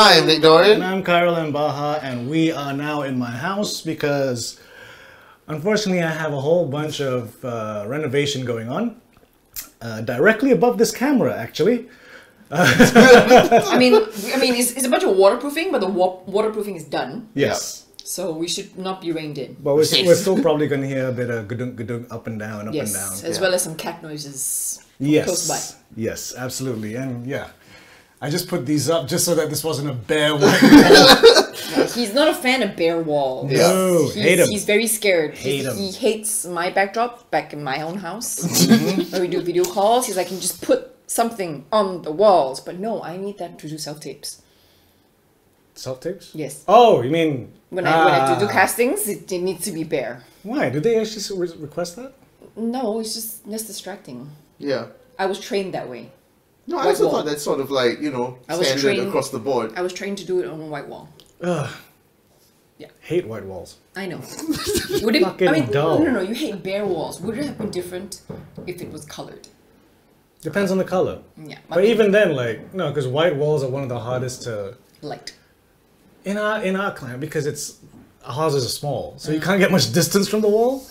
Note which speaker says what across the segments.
Speaker 1: I am Nick Dorian.
Speaker 2: And I'm Carolyn Baja, and we are now in my house because unfortunately I have a whole bunch of uh, renovation going on. Uh, directly above this camera, actually.
Speaker 3: I mean, I mean, it's, it's a bunch of waterproofing, but the wa- waterproofing is done,
Speaker 2: Yes.
Speaker 3: so we should not be rained in.
Speaker 2: But we're, we're still probably going to hear a bit of gudunk gudunk up and down, up
Speaker 3: yes,
Speaker 2: and down.
Speaker 3: as well as some cat noises.
Speaker 2: yes.
Speaker 3: close by.
Speaker 2: Yes, absolutely. And yeah, I just put these up just so that this wasn't a bare one.
Speaker 3: He's not a fan of bare wall.
Speaker 2: No,
Speaker 3: He's,
Speaker 2: Oh, hate 'em.
Speaker 3: he's very scared.
Speaker 2: Hate
Speaker 3: He's-
Speaker 2: 'em.
Speaker 3: He hates my backdrop back in my own house
Speaker 2: Mm-hmm.
Speaker 3: when we do video calls. He's like, "Can you just put something on the walls?" But no, I need that to do self tapes.
Speaker 2: Self tapes?
Speaker 3: Yes.
Speaker 2: Oh, you mean.
Speaker 3: When I when I do, do
Speaker 2: Ah.
Speaker 3: castings, it, it needs to be bare.
Speaker 2: Why? Did they actually re- request that?
Speaker 3: No, it's just that's distracting.
Speaker 1: Yeah.
Speaker 3: I was trained that way.
Speaker 1: No, I
Speaker 3: Like
Speaker 1: also
Speaker 3: what?
Speaker 1: thought that's sort of like, you know,
Speaker 3: I was
Speaker 1: standard
Speaker 3: trained-
Speaker 1: across the board.
Speaker 3: I was trained to do it on a white wall.
Speaker 2: Hate white walls.
Speaker 3: I know. Would it?
Speaker 2: Fucking
Speaker 3: I mean,
Speaker 2: dull.
Speaker 3: no, no, no. You hate bare walls. Would it have been different if it was colored?
Speaker 2: Depends on the color.
Speaker 3: Yeah.
Speaker 2: But even then, like no, because white walls are one of the hardest to
Speaker 3: light.
Speaker 2: in our in our clan because it's our houses are small, so
Speaker 3: Mm.
Speaker 2: you can't get much distance from the wall,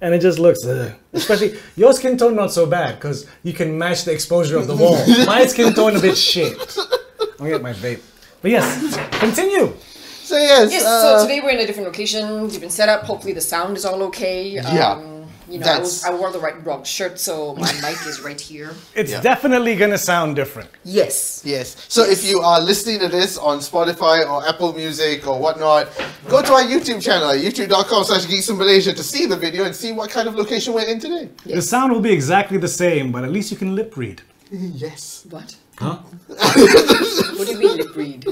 Speaker 2: and it just looks. Ugh. Especially your skin tone not so bad because you can match the exposure of the wall. my skin tone a bit shit. I'm gonna get my vape. But yes, continue.
Speaker 1: So, yes.
Speaker 3: Yes,
Speaker 1: uh,
Speaker 3: so today we're in a different location, different setup. Hopefully the sound is all okay. Um,
Speaker 1: Yeah,
Speaker 3: You know, I,
Speaker 1: that's-
Speaker 3: was, I wore the right wrong shirt, so my mic is right here.
Speaker 2: It's
Speaker 1: Yeah.
Speaker 2: definitely gonna sound different.
Speaker 3: Yes.
Speaker 1: Yes. So if you are listening to this on Spotify or Apple Music or whatnot, go to our YouTube channel, youtube.com slash geeks in Malaysia to see the video and see what kind of location we're in today.
Speaker 2: The sound will be exactly the same, but at least you can lip read.
Speaker 1: Yes.
Speaker 3: What?
Speaker 2: Huh?
Speaker 3: What do you mean lip read?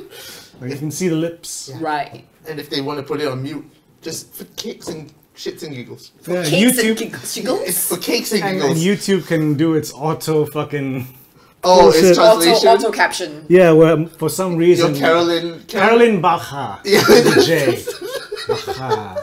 Speaker 2: Like you can see the lips.
Speaker 3: Right.
Speaker 1: And if they want to put it on mute, just for kicks and shits and giggles.
Speaker 2: Yeah,
Speaker 3: Cakes and
Speaker 2: YouTube
Speaker 3: gig-
Speaker 1: It's
Speaker 3: jiggles?
Speaker 1: for kicks and
Speaker 2: and, and
Speaker 1: giggles.
Speaker 2: YouTube can do its auto fucking
Speaker 1: oh,
Speaker 2: bullshit.
Speaker 1: it's
Speaker 3: Auto,
Speaker 1: translation.
Speaker 3: auto caption.
Speaker 2: yeah. Well, um, for some reason,
Speaker 1: You're Carolyn.
Speaker 2: Carolyn Baja.
Speaker 1: Yeah.
Speaker 2: With a J. Baja.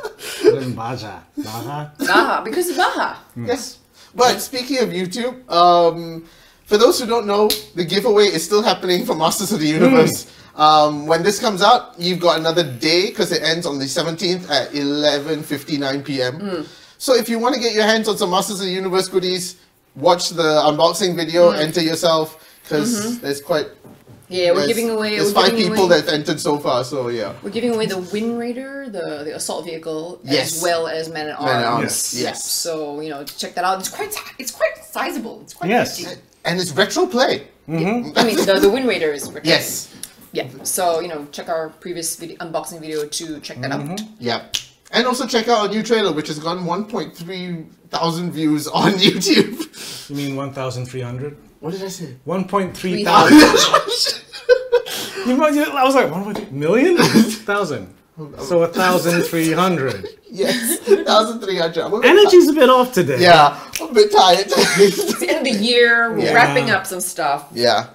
Speaker 2: Carolyn Baja. Baja.
Speaker 3: Baha, because of Baha.
Speaker 1: Yes. But speaking of YouTube, um, for those who don't know, the giveaway is still happening for Masters of the
Speaker 3: Hmm.
Speaker 1: Universe. Um, when this comes out, you've got another day because it ends on the 17th at 11:59 p.m.
Speaker 3: Hmm.
Speaker 1: So if you want to get your hands on some Masters of the Universe goodies, watch the unboxing video, enter yourself because there's quite
Speaker 3: Hmm. Mm-hmm. Yeah, we're
Speaker 1: there's-
Speaker 3: giving away.
Speaker 1: there's
Speaker 3: we're
Speaker 1: five
Speaker 3: giving
Speaker 1: people
Speaker 3: away,
Speaker 1: that've entered so far. So yeah,
Speaker 3: We're giving away the Wind Raider, the, the assault vehicle,
Speaker 1: Yes.
Speaker 3: as well as Man at Arms.
Speaker 1: Man at Arms,
Speaker 2: Yes.
Speaker 3: Yeah,
Speaker 1: yes.
Speaker 3: So you know, check that out. It's quite si- it's quite sizable. It's quite
Speaker 2: Yes. Mm-hmm.
Speaker 3: hefty.
Speaker 1: and it's retro play.
Speaker 3: Hmm. I mean, the, the Wind Raider is returning.
Speaker 1: Yes.
Speaker 3: Yeah. So you know, check our previous video, unboxing video to check that out.
Speaker 2: Mm-hmm.
Speaker 1: Yeah. And also check out our new trailer, which has gotten 1.3 thousand views on YouTube.
Speaker 2: You mean 1,300?
Speaker 1: What did I say?
Speaker 2: 1.3
Speaker 3: Three
Speaker 2: thousand. You might- you- I was like, 1.3 million? Thousand. So 1,300.
Speaker 1: yes, 1,300. I'm a bit
Speaker 2: Energy's a bit off today.
Speaker 1: ti- Yeah, I'm a bit tired.
Speaker 3: It's the end of the year. We're
Speaker 1: Yeah.
Speaker 3: wrapping up some stuff.
Speaker 1: yeah.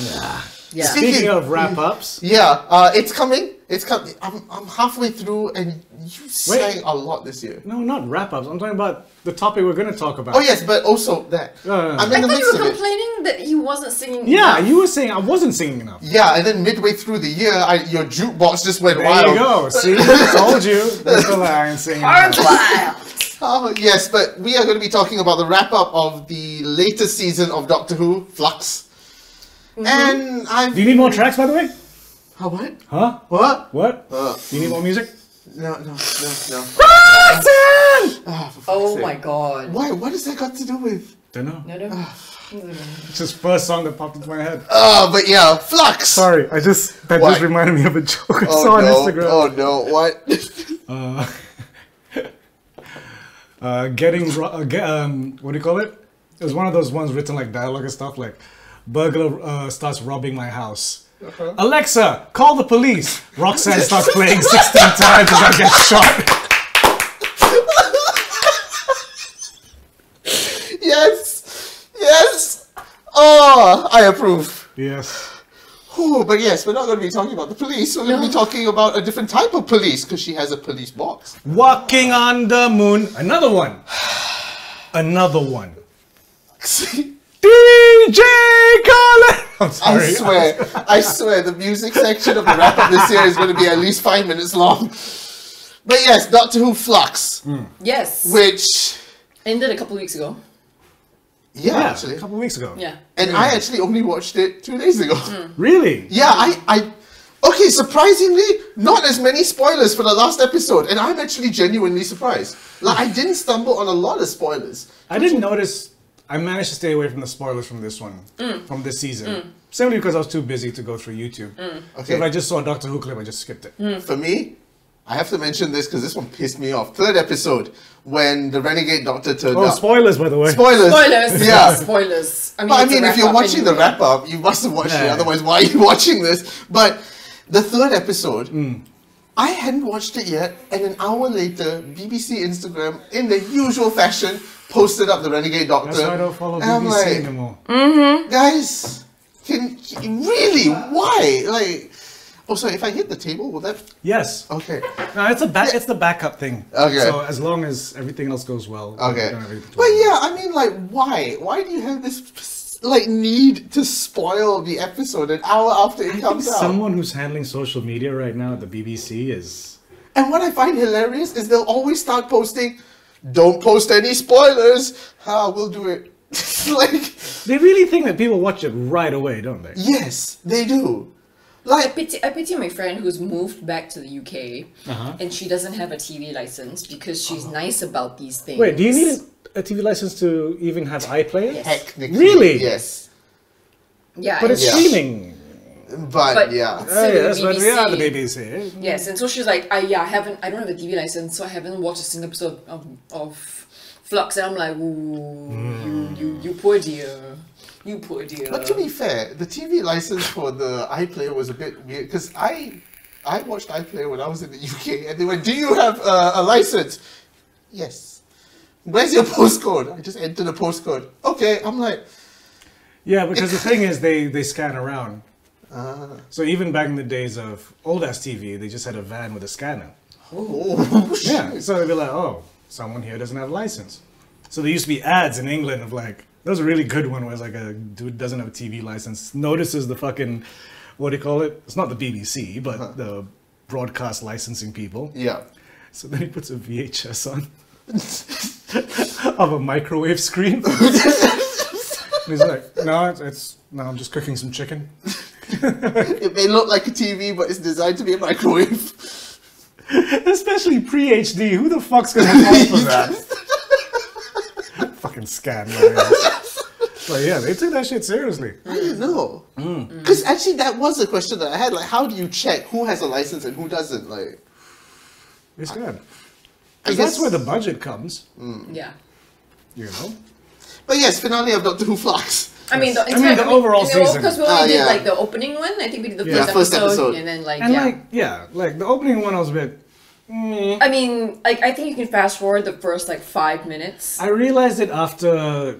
Speaker 3: Yeah.
Speaker 1: Speak-
Speaker 2: Speaking of wrap ups,
Speaker 1: Yeah, uh, it's coming. It's coming. I'm, I'm halfway through, and you sang a lot this year.
Speaker 2: no, not wrap ups. I'm talking about the topic we're going to talk about.
Speaker 1: Oh, yes, but also that.
Speaker 2: No, no, no.
Speaker 1: I'm
Speaker 3: I
Speaker 1: in the
Speaker 3: thought
Speaker 1: midst
Speaker 3: you
Speaker 1: of
Speaker 3: were
Speaker 1: it.
Speaker 3: complaining that he wasn't singing.
Speaker 2: Yeah,
Speaker 3: enough.
Speaker 2: you were saying I wasn't singing enough.
Speaker 1: Yeah, and then midway through the year, I, your jukebox just went
Speaker 2: There
Speaker 1: wild.
Speaker 2: you go. See, told you. That's all I ain't singing
Speaker 3: Arms
Speaker 2: enough.
Speaker 3: wild.
Speaker 1: Oh, yes, but we are going to be talking about the wrap up of the latest season of Doctor Who, Flux. And I've.
Speaker 2: Do Mm-hmm. you need more tracks, by the way?
Speaker 1: Huh, what?
Speaker 2: Huh?
Speaker 1: What?
Speaker 2: What?
Speaker 1: Uh,
Speaker 2: Do you need more music?
Speaker 1: no, no, no, no. Ah, for fuck's
Speaker 3: Oh
Speaker 1: sake.
Speaker 3: my god.
Speaker 1: Why? What has that got to do with?
Speaker 2: Don't know.
Speaker 3: No, no.
Speaker 2: It's just first song that popped into my head.
Speaker 1: Uh, but yeah, Flux!
Speaker 2: Sorry, I just that
Speaker 1: Why?
Speaker 2: just reminded me of a joke I
Speaker 1: Oh
Speaker 2: saw
Speaker 1: no,
Speaker 2: on Instagram.
Speaker 1: oh no, what?
Speaker 2: Uh, getting ro- uh, get, um, what do you call it? It was one of those ones written like dialogue and stuff like, burglar uh, starts robbing my house.
Speaker 1: Uh-huh.
Speaker 2: Alexa, call the police. Roxanne starts playing 16 times as I get shot.
Speaker 1: Oh, I approve.
Speaker 2: Yes.
Speaker 1: Whew, but yes, we're not going to be talking about the police. We're going to be talking about a different type of police because she has a police box.
Speaker 2: Walking on the moon. Another one. Another one. DJ Khaled. I'm
Speaker 1: I
Speaker 2: sorry.
Speaker 1: swear, I swear, the music section of the wrap up this year is going to be at least five minutes long. But yes, Doctor Who Flux,
Speaker 3: Yes.
Speaker 1: which
Speaker 3: Ended a couple weeks ago.
Speaker 1: yeah,
Speaker 2: Yeah,
Speaker 1: actually,
Speaker 2: a couple weeks ago.
Speaker 3: Yeah.
Speaker 1: and I actually only watched it two days ago.
Speaker 2: Mm. Really?
Speaker 1: Yeah, I, I, okay, surprisingly, not as many spoilers for the last episode, and I'm actually genuinely surprised. Like, I didn't stumble on a lot of spoilers.
Speaker 2: I didn't notice. I managed to stay away from the spoilers from this one, from this season, simply because I was too busy to go through YouTube. So
Speaker 1: Okay.
Speaker 2: if I just saw a Doctor Who clip, I just skipped it.
Speaker 1: For me, I have to mention this because this one pissed me off. Third episode, when the Renegade Doctor turned
Speaker 2: Oh,
Speaker 1: up.
Speaker 2: spoilers, by the way.
Speaker 1: spoilers!
Speaker 3: Spoilers.
Speaker 1: Yeah.
Speaker 3: Spoilers. I mean,
Speaker 1: But I
Speaker 3: it's a
Speaker 1: mean, if
Speaker 3: wrap
Speaker 1: you're
Speaker 3: up
Speaker 1: watching the
Speaker 3: anyway.
Speaker 1: wrap up, you must have watched it.
Speaker 2: Yeah.
Speaker 1: Otherwise, why are you watching this? But the third episode,
Speaker 2: Hmm.
Speaker 1: I hadn't watched it yet, and an hour later, BBC Instagram, in the usual fashion, posted up the Renegade Doctor.
Speaker 2: That's why I don't follow
Speaker 1: And I'm
Speaker 2: BBC
Speaker 1: like,
Speaker 2: anymore.
Speaker 1: Guys, can, can- really? Why? Like, oh, sorry. If I hit the table, will that?
Speaker 2: Yes.
Speaker 1: Okay.
Speaker 2: No, it's a ba- it's the backup thing.
Speaker 1: Okay.
Speaker 2: So as long as everything else goes well. we
Speaker 1: Okay.
Speaker 2: don't have anything to
Speaker 1: But
Speaker 2: worry about.
Speaker 1: yeah, I mean, like, why? Why do you have this like need to spoil the episode an hour after it
Speaker 2: I think
Speaker 1: comes out?
Speaker 2: someone who's handling social media right now at the BBC is.
Speaker 1: And what I find hilarious is they'll always start posting, "Don't post any spoilers." Ah, we'll do it. like,
Speaker 2: They really think that people watch it right away, don't they?
Speaker 1: yes, they do.
Speaker 3: I
Speaker 1: Like,
Speaker 3: pity, I pity my friend who's moved back to the UK
Speaker 2: Uh-huh.
Speaker 3: and she doesn't have a TV license because she's
Speaker 1: Uh-huh.
Speaker 3: nice about these things.
Speaker 2: Wait, do you need a TV license to even have iPlayer?
Speaker 3: Yes.
Speaker 1: technically,
Speaker 2: Really?
Speaker 1: yes,
Speaker 3: Yeah,
Speaker 2: But it's
Speaker 1: Yeah.
Speaker 2: streaming.
Speaker 1: but,
Speaker 3: But-
Speaker 1: yeah,
Speaker 3: So
Speaker 2: Oh, yes,
Speaker 3: the
Speaker 2: but we are the
Speaker 3: BBC.
Speaker 2: BBC.
Speaker 3: Yes, and so she's like, I yeah, I haven't, I don't have a TV license, so I haven't watched a single episode of, of Flux, and I'm like, ooh,
Speaker 2: Hmm.
Speaker 3: you, you, you poor dear, you poor dear.
Speaker 1: But to be fair, the TV license for the iPlayer was a bit weird because I, I watched iPlayer when I was in the UK, and they went, "Do you have uh, a license?" Yes. Where's your postcode? I just entered the postcode. Okay, I'm like,
Speaker 2: Yeah, because the thing is, they, they scan around. So even back in the days of old ass TV, they just had a van with a scanner.
Speaker 1: oh,
Speaker 2: Yeah, so they'd be like, oh, someone here doesn't have a license. So there used to be ads in England of like, there was a really good one where it's like a dude doesn't have a TV license, notices the fucking, what do you call it? It's not the BBC, but the broadcast licensing people.
Speaker 1: yeah.
Speaker 2: So then he puts a VHS on of a microwave screen. and he's like, no, it's, it's, no, I'm just cooking some chicken.
Speaker 1: It may look like a TV, but it's designed to be a microwave.
Speaker 2: Especially pre HD, who the fuck's gonna fall for that? Fucking scam. But yeah, they took that shit seriously.
Speaker 1: I don't know.
Speaker 2: Hmm.
Speaker 1: Because actually, that was a question that I had. Like, how do you check who has a license and who doesn't? Like,
Speaker 2: It's good.
Speaker 1: I
Speaker 2: Because that's where the budget comes,
Speaker 3: yeah.
Speaker 2: you know?
Speaker 1: But yes, finale of Doctor Who Flux.
Speaker 3: I mean, the,
Speaker 2: I mean, the overall season.
Speaker 3: Because we only
Speaker 1: Ah,
Speaker 3: did
Speaker 1: yeah.
Speaker 3: like the opening one. I think we did the
Speaker 2: Yeah.
Speaker 3: first,
Speaker 1: The first
Speaker 3: episode,
Speaker 1: episode.
Speaker 3: and then like
Speaker 2: And
Speaker 3: yeah.
Speaker 2: like, yeah, like the opening one I was a bit. meh.
Speaker 3: I mean, like I think you can fast forward the first like five minutes.
Speaker 2: I realized it after,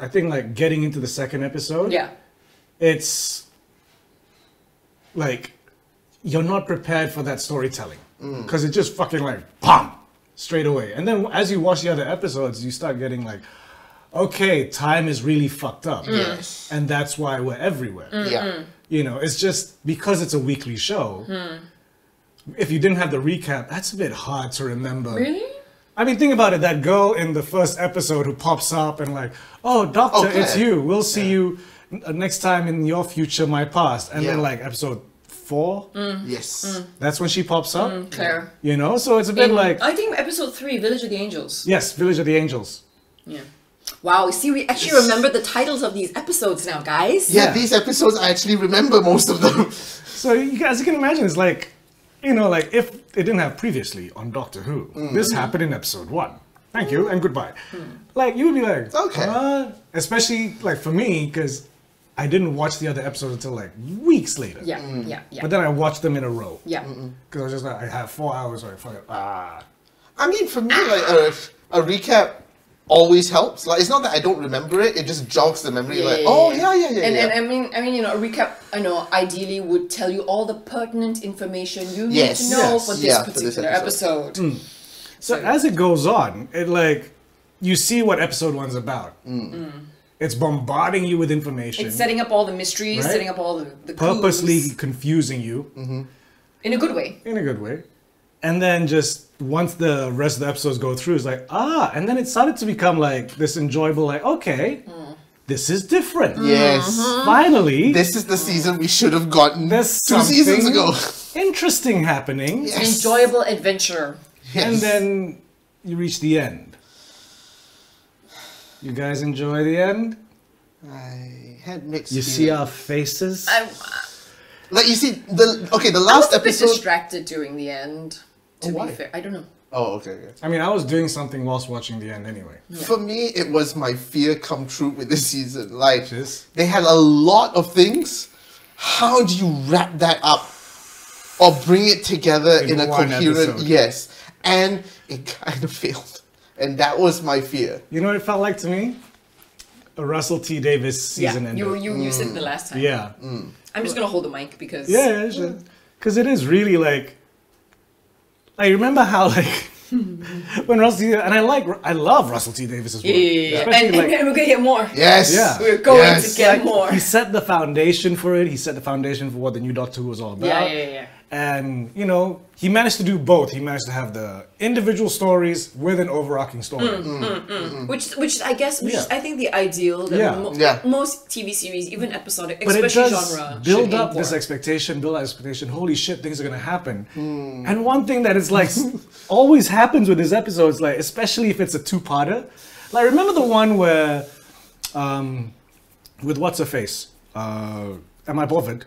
Speaker 2: I think, like getting into the second episode.
Speaker 3: yeah.
Speaker 2: it's like you're not prepared for that storytelling because it just fucking like pum straight away and then as you watch the other episodes you start getting like okay time is really fucked up
Speaker 1: Yes.
Speaker 2: and that's why we're everywhere
Speaker 1: Yeah.
Speaker 2: you know it's just because it's a weekly show if you didn't have the recap that's a bit hard to remember
Speaker 3: Really?
Speaker 2: I mean, think about it. That girl in the first episode who pops up and like, "Oh, doctor,
Speaker 1: Oh, Claire.
Speaker 2: it's you. We'll see you n- uh, next time in your future, my past." And then
Speaker 1: Yeah.
Speaker 2: like episode four,
Speaker 1: Mm. Yes.
Speaker 2: that's when she pops up.
Speaker 3: Claire.
Speaker 2: You know, so it's a bit
Speaker 3: In-
Speaker 2: like
Speaker 3: I think episode three, Village of the Angels.
Speaker 2: yes, Village of the Angels.
Speaker 3: Yeah. Wow, you see, we actually remember the titles of these episodes now, guys.
Speaker 1: Yeah,
Speaker 2: Yeah.
Speaker 1: these episodes, I actually remember most of them.
Speaker 2: So you guys, you can imagine, it's like, you know, like if it didn't have previously on Doctor Who,
Speaker 1: Mm.
Speaker 2: this happened in episode one. Thank you and goodbye. Like you would be like,
Speaker 1: Okay.
Speaker 2: huh? especially like for me because I didn't watch the other episodes until like weeks later.
Speaker 3: Yeah,
Speaker 1: Mm.
Speaker 3: yeah, yeah.
Speaker 2: But then I watched them in a row.
Speaker 3: yeah.
Speaker 2: Because I was just like, I have four hours, right? Fuck it. Ah.
Speaker 1: I mean, for me, like, a, a recap always helps. Like it's not that I don't remember it; it just jogs the memory. like oh yeah yeah yeah
Speaker 3: And,
Speaker 1: yeah.
Speaker 3: and I mean, I mean, you know, a recap. I know ideally would tell you all the pertinent information you
Speaker 1: Yes.
Speaker 3: need to know
Speaker 1: Yes.
Speaker 3: for this
Speaker 1: Yeah, for this
Speaker 3: particular
Speaker 1: episode.
Speaker 2: Mm.
Speaker 3: episode.
Speaker 2: So as it goes on, it like you see what episode one's about. It's bombarding you with information,
Speaker 3: It's setting up all the mysteries,
Speaker 2: Right.
Speaker 3: setting up all the, the
Speaker 2: purposely
Speaker 3: clues
Speaker 2: confusing you
Speaker 3: in a good way.
Speaker 2: in a good way, and then just once the rest of the episodes go through, it's like ah, and then it started to become like this enjoyable, like okay, this is different.
Speaker 1: yes.
Speaker 2: Finally,
Speaker 1: This is the season we should have gotten
Speaker 2: there's
Speaker 1: two seasons
Speaker 2: something
Speaker 1: ago.
Speaker 2: interesting happening,
Speaker 1: Yeah.
Speaker 3: An
Speaker 1: Yes.
Speaker 3: enjoyable adventure.
Speaker 2: and
Speaker 1: Yes.
Speaker 2: then you reach the end. You guys enjoy the end.
Speaker 1: I had mixed.
Speaker 2: You see our faces.
Speaker 3: I,
Speaker 1: like you see the okay the
Speaker 3: I was
Speaker 1: last
Speaker 3: a bit
Speaker 1: episode.
Speaker 3: distracted during the end. To
Speaker 1: Oh,
Speaker 3: be
Speaker 1: why?
Speaker 3: fair, I don't know.
Speaker 1: Oh okay. okay.
Speaker 2: I mean, I was doing something whilst watching the end anyway.
Speaker 1: For me, it was my fear come true with this season. Like
Speaker 2: is?
Speaker 1: they had a lot of things. How do you wrap that up or bring it together
Speaker 2: In
Speaker 1: in, a
Speaker 2: one
Speaker 1: coherent?
Speaker 2: episode.
Speaker 1: Yes, and it kind of failed, and that was my fear.
Speaker 2: You know what it felt like to me? A Russell T. Davis season
Speaker 3: yeah,
Speaker 2: ender.
Speaker 3: you you you said the last time.
Speaker 2: yeah.
Speaker 3: I'm just gonna hold the mic because
Speaker 2: Yeah, yeah, sure. Because it is really like. I remember how like when Russell T. and I like I love Russell T. Davis's work.
Speaker 3: yeah, yeah, yeah.
Speaker 2: Especially
Speaker 3: And,
Speaker 2: like,
Speaker 3: and we're gonna get more.
Speaker 1: Yes,
Speaker 2: Yeah.
Speaker 3: We're going
Speaker 1: yes.
Speaker 3: to get more.
Speaker 2: he set the foundation for it. He set the foundation for what the new Doctor Who was all about.
Speaker 3: Yeah, yeah, yeah.
Speaker 2: And you know, he managed to do both. He managed to have the individual stories with an overarching story.
Speaker 3: Hmm. Mm. Which, which I guess, which is,
Speaker 2: Yeah.
Speaker 3: I think the ideal that
Speaker 2: Yeah.
Speaker 3: mo-
Speaker 1: Yeah.
Speaker 3: most TV series, even episodic,
Speaker 2: but it
Speaker 3: especially
Speaker 2: does
Speaker 3: genre,
Speaker 2: build
Speaker 3: should aim
Speaker 2: up this
Speaker 3: for.
Speaker 2: expectation, build up expectation. Holy shit, things are gonna happen. And one thing that is like always happens with his episodes, like especially if it's a two-parter. Like remember the one where, um, with what's her face? Uh, am I bothered?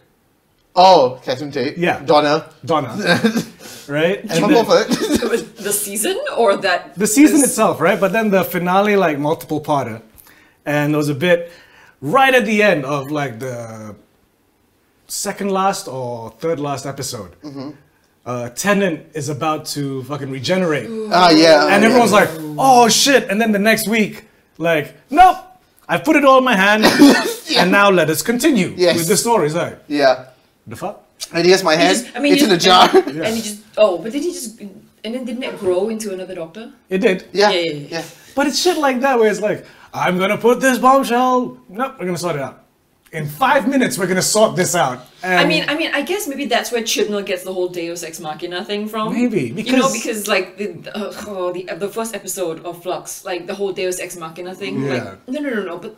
Speaker 1: Oh, Catherine Tate.
Speaker 2: Yeah.
Speaker 1: Donna.
Speaker 2: Donna, right?
Speaker 1: Am
Speaker 2: And
Speaker 1: I
Speaker 2: then-
Speaker 1: bothered?
Speaker 3: It was the season or that
Speaker 2: the season
Speaker 3: this-
Speaker 2: itself, right? But then the finale, like multiple parter, and there was a bit right at the end of like the second last or third last episode.
Speaker 1: Mm-hmm.
Speaker 2: Uh, Tenant is about to fucking regenerate,
Speaker 1: Ah, yeah.
Speaker 2: and
Speaker 1: yeah.
Speaker 2: everyone's like, "Oh shit!" And then the next week, like, "Nope, I put it all in my hand, and now let us continue
Speaker 1: Yes.
Speaker 2: with the story." It's like,
Speaker 1: yeah.
Speaker 2: the fuck?
Speaker 1: And here's my
Speaker 3: he
Speaker 1: hand.
Speaker 3: just- I mean,
Speaker 1: it's
Speaker 3: he-
Speaker 1: in a jar.
Speaker 3: And, and he just oh, but did he just and then didn't it grow into another doctor?
Speaker 2: It did.
Speaker 1: yeah.
Speaker 3: yeah, yeah, yeah.
Speaker 1: Yeah.
Speaker 2: But it's shit like that where it's like, I'm gonna put this bombshell. Nope, we're gonna sort it out. In five minutes, we're gonna sort this out. And
Speaker 3: I mean, I mean, I guess maybe that's where Chibnall gets the whole Deus Ex Machina thing from.
Speaker 2: Maybe,
Speaker 3: you know
Speaker 2: because-
Speaker 3: because like the the- uh, oh, the the first episode of Flux, like the whole Deus Ex Machina thing.
Speaker 2: Yeah.
Speaker 3: Like no, no, no, no, but.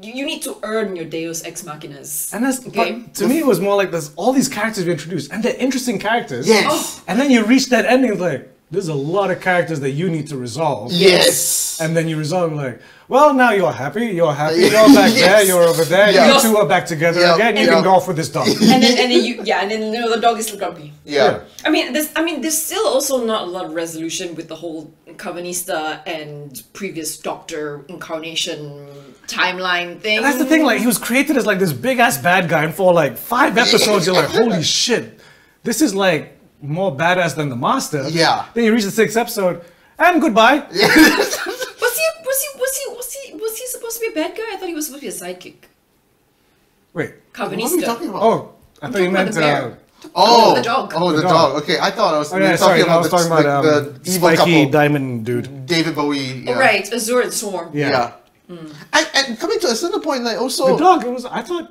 Speaker 3: You you need to earn your Deus Ex Machinas.
Speaker 2: and that's
Speaker 3: okay.
Speaker 2: but to me, it was more like there's all these characters we introduced, and they're interesting characters.
Speaker 3: Oh.
Speaker 1: Yes.
Speaker 2: And then you reach that ending, it's like, there's a lot of characters that you need to resolve.
Speaker 1: Yes.
Speaker 2: And then you resolve, like, well, now you're happy, you're happy, you're back there,
Speaker 1: Yes.
Speaker 2: you're over there,
Speaker 1: Yeah.
Speaker 2: you two are back together
Speaker 1: Yeah.
Speaker 2: again, you
Speaker 1: Yeah.
Speaker 2: can go off with this dog.
Speaker 3: and then, and then you, yeah, and then you know, the dog is still grumpy.
Speaker 1: yeah.
Speaker 3: I mean, there's, I mean, there's still also not a lot of resolution with the whole Covenista and previous Doctor incarnation timeline thing.
Speaker 2: And that's the thing, like he was created as like this big ass bad guy, and for like five episodes, you're like, holy shit, this is like more badass than the master.
Speaker 1: Yeah.
Speaker 2: Then you reach the sixth episode, and goodbye.
Speaker 3: Was he, was he, was he, was he, was he supposed to be a bad guy? I thought he was supposed to be a sidekick.
Speaker 2: Wait.
Speaker 3: Covenista.
Speaker 1: What are we talking about?
Speaker 2: Oh, I thought
Speaker 3: talking
Speaker 2: you
Speaker 3: about
Speaker 2: meant
Speaker 3: the bear.
Speaker 2: uh,
Speaker 1: Oh,
Speaker 3: The dog.
Speaker 1: Oh, the,
Speaker 2: The
Speaker 1: dog.
Speaker 2: dog.
Speaker 1: Okay, I thought I was,
Speaker 2: oh
Speaker 1: we were
Speaker 2: yeah, sorry,
Speaker 1: talking
Speaker 2: no, I
Speaker 1: about
Speaker 2: was
Speaker 1: the,
Speaker 2: talking about
Speaker 1: the,
Speaker 2: um,
Speaker 1: the evil
Speaker 2: spiky
Speaker 1: couple,
Speaker 2: diamond dude.
Speaker 1: David Bowie. Yeah.
Speaker 3: Oh, right, Azure and Storm.
Speaker 2: Yeah.
Speaker 1: Yeah. Mm. And, and coming to a certain point, like also,
Speaker 2: The dog. It was. I thought.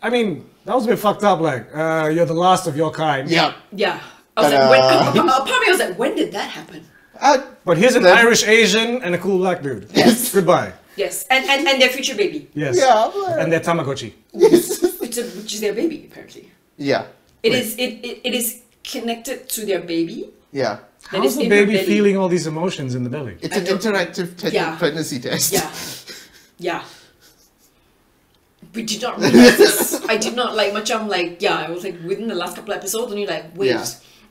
Speaker 2: I mean, that was a bit fucked up. Like, uh, you're the last of your kind.
Speaker 1: yeah.
Speaker 3: Yeah. I was like, when, a part of me was like, when did that happen?
Speaker 1: Uh,
Speaker 2: But here's an
Speaker 1: Then-
Speaker 2: Irish Asian and a cool black dude.
Speaker 1: Yes.
Speaker 2: Goodbye.
Speaker 3: Yes, and and, and their future baby,
Speaker 2: Yes.
Speaker 1: Yeah, I'm like-
Speaker 2: And their Tamagotchi.
Speaker 3: which is, which is their baby apparently.
Speaker 1: yeah,
Speaker 3: It is it, it, it is connected to their baby.
Speaker 1: yeah.
Speaker 3: that
Speaker 2: How's
Speaker 3: is
Speaker 2: the
Speaker 3: in her
Speaker 2: baby
Speaker 3: belly.
Speaker 2: feeling all these emotions in the belly?
Speaker 1: It's
Speaker 3: I
Speaker 1: an
Speaker 3: don't-
Speaker 1: interactive te-
Speaker 3: Yeah.
Speaker 1: pregnancy test.
Speaker 3: Yeah. Yeah. We did not realize this. I did not like much. I'm like, yeah, I was like within the last couple episodes, and you're like, wait.
Speaker 1: Yeah.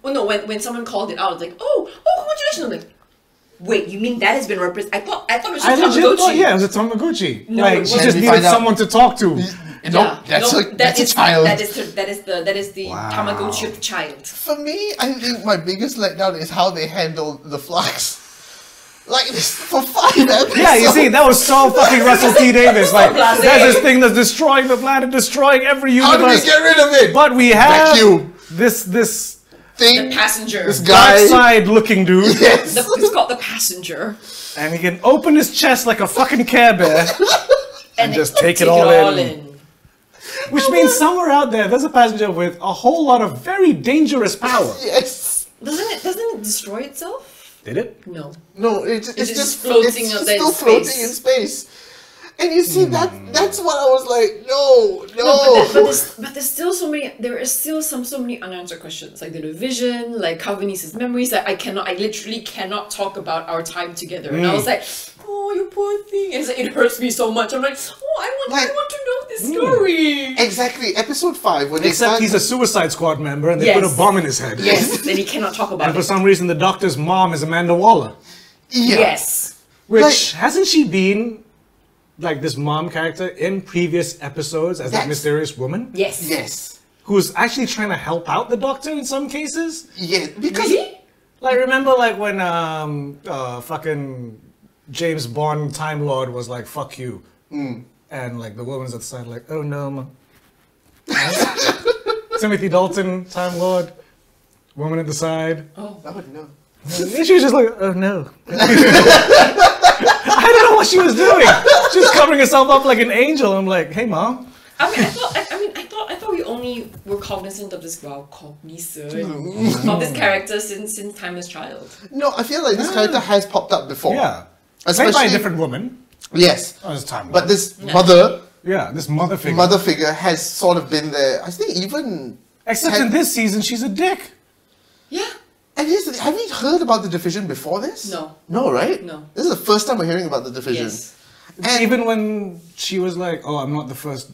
Speaker 3: Oh no, when, when someone called it out, I was like, oh, oh, congratulations. I'm like, wait, you mean that has been represented? I thought I thought it was
Speaker 2: I
Speaker 3: just
Speaker 2: legit
Speaker 3: Tamagotchi.
Speaker 2: thought, yeah, it was a Tamagotchi.
Speaker 3: No, it
Speaker 2: like, she
Speaker 3: wasn't.
Speaker 2: just
Speaker 1: We
Speaker 2: needed
Speaker 1: find out-
Speaker 2: someone to talk to.
Speaker 1: No,
Speaker 3: Yeah.
Speaker 1: that's
Speaker 3: No,
Speaker 1: a
Speaker 3: that
Speaker 1: that's
Speaker 3: is-
Speaker 1: a child.
Speaker 3: That is the, that is the that is the
Speaker 2: Wow.
Speaker 3: Tamagotchi of the child.
Speaker 1: For me, I think my biggest letdown is how they handled the flux. like this for five episodes.
Speaker 2: Yeah, you see, that was so fucking Russell T Davis. Like,
Speaker 3: Blasé.
Speaker 2: that's this thing that's destroying the planet, destroying every
Speaker 1: How did we
Speaker 2: universe.
Speaker 1: get rid of it?
Speaker 2: but we have
Speaker 1: Vacuum.
Speaker 2: this this
Speaker 1: think
Speaker 3: passenger.
Speaker 1: this
Speaker 2: dark
Speaker 1: guy.
Speaker 2: side looking dude,
Speaker 1: Yes.
Speaker 3: The- it's got the passenger.
Speaker 2: and he can open his chest like a fucking Care Bear,
Speaker 3: And
Speaker 2: just take it all in. which means somewhere out there there's a passenger with a whole lot of very dangerous power.
Speaker 1: Yes.
Speaker 3: Doesn't it? Doesn't it destroy itself?
Speaker 2: Did it?
Speaker 3: No.
Speaker 1: No, it, it's,
Speaker 3: It's
Speaker 1: just,
Speaker 3: just
Speaker 1: floating.
Speaker 3: floating
Speaker 1: It's
Speaker 3: out
Speaker 1: just
Speaker 3: there in
Speaker 1: still floating
Speaker 3: space.
Speaker 1: in space. And you see
Speaker 2: Hmm.
Speaker 1: that? That's what I was like. No,
Speaker 2: Oh.
Speaker 3: No, but, there- but,
Speaker 1: no.
Speaker 3: there's, but there's still so many. There is still some so many unanswered questions, like the division, like Calvinist's memories. Like I cannot, I literally cannot talk about our time together. And I
Speaker 2: Mm.
Speaker 3: was like, oh, you poor thing. And it's like, it hurts me so much. I'm like, oh, I want,
Speaker 1: Like-
Speaker 3: I want to know
Speaker 2: Mm.
Speaker 3: this story.
Speaker 1: exactly. Episode five when they
Speaker 2: Except
Speaker 1: start,
Speaker 2: he's a Suicide Squad member, and they put a
Speaker 3: Yes.
Speaker 2: bomb in his head.
Speaker 3: Yes, then he cannot talk about
Speaker 2: And for
Speaker 3: it.
Speaker 2: some reason, the doctor's mom is Amanda Waller.
Speaker 1: yeah.
Speaker 3: Yes.
Speaker 2: Which
Speaker 1: Like-
Speaker 2: hasn't she been like this mom character in previous episodes as that
Speaker 1: That's-
Speaker 2: mysterious woman
Speaker 3: Yes.
Speaker 1: Yes.
Speaker 2: who's actually trying to help out the doctor in some cases?
Speaker 1: Yeah. Because
Speaker 3: Really?
Speaker 2: Like remember like when um uh fucking James Bond Time Lord was like fuck you. And like the woman's at the side like oh no. ma- Timothy Dalton Time Lord woman at the side.
Speaker 3: Oh.
Speaker 1: I wouldn't know.
Speaker 2: And she was just like, oh no. I don't know what she was doing. She was covering herself up like an angel. I'm like, hey mom.
Speaker 3: I mean, I thought. I, I mean, I thought. I thought we only were cognizant of this. Wow, cognizant
Speaker 2: Mm.
Speaker 3: of this character since since time as child.
Speaker 1: No, I feel like this character has popped up before.
Speaker 2: Ah. Yeah. Played by a
Speaker 1: Especially
Speaker 2: different woman.
Speaker 1: Yes.
Speaker 2: Oh, it's time.
Speaker 1: But
Speaker 2: this,
Speaker 1: this mother
Speaker 2: yeah, this mother figure.
Speaker 1: mother figure has sort of been there. I think even
Speaker 2: Except in this season, she's a dick.
Speaker 3: Yeah.
Speaker 1: And here's the, have you heard about the division before this?
Speaker 3: No.
Speaker 1: No, right?
Speaker 3: No.
Speaker 1: This is the first time we're hearing about the division.
Speaker 3: Yes.
Speaker 1: And
Speaker 2: Even when she was like, oh, I'm not the first.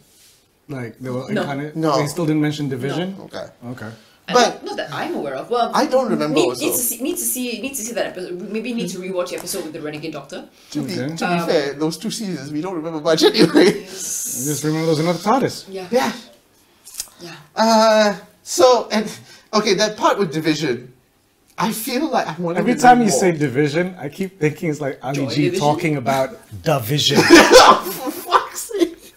Speaker 2: Like, they were
Speaker 3: No.
Speaker 2: incarnate.
Speaker 1: No.
Speaker 2: They still didn't mention division.
Speaker 1: okay.
Speaker 2: Okay.
Speaker 3: I
Speaker 1: But-
Speaker 3: don't- not that I'm aware of. Well,
Speaker 1: I don't remember
Speaker 3: Need,
Speaker 1: also.
Speaker 3: need to see, need to see, need to see that episode. Maybe need to rewatch the episode with the renegade doctor.
Speaker 1: To be,
Speaker 2: Okay.
Speaker 1: to be
Speaker 3: Um,
Speaker 1: fair, those two seasons we don't remember much anyway.
Speaker 2: I just remember there was another TARDIS.
Speaker 3: Yeah, yeah.
Speaker 1: Yeah. Uh, so and okay, that part with division, I feel like I want
Speaker 2: Every time you say division, I keep thinking it's like
Speaker 3: Joy
Speaker 2: Ali G
Speaker 3: division?
Speaker 2: talking about division.
Speaker 1: for fuck's sake.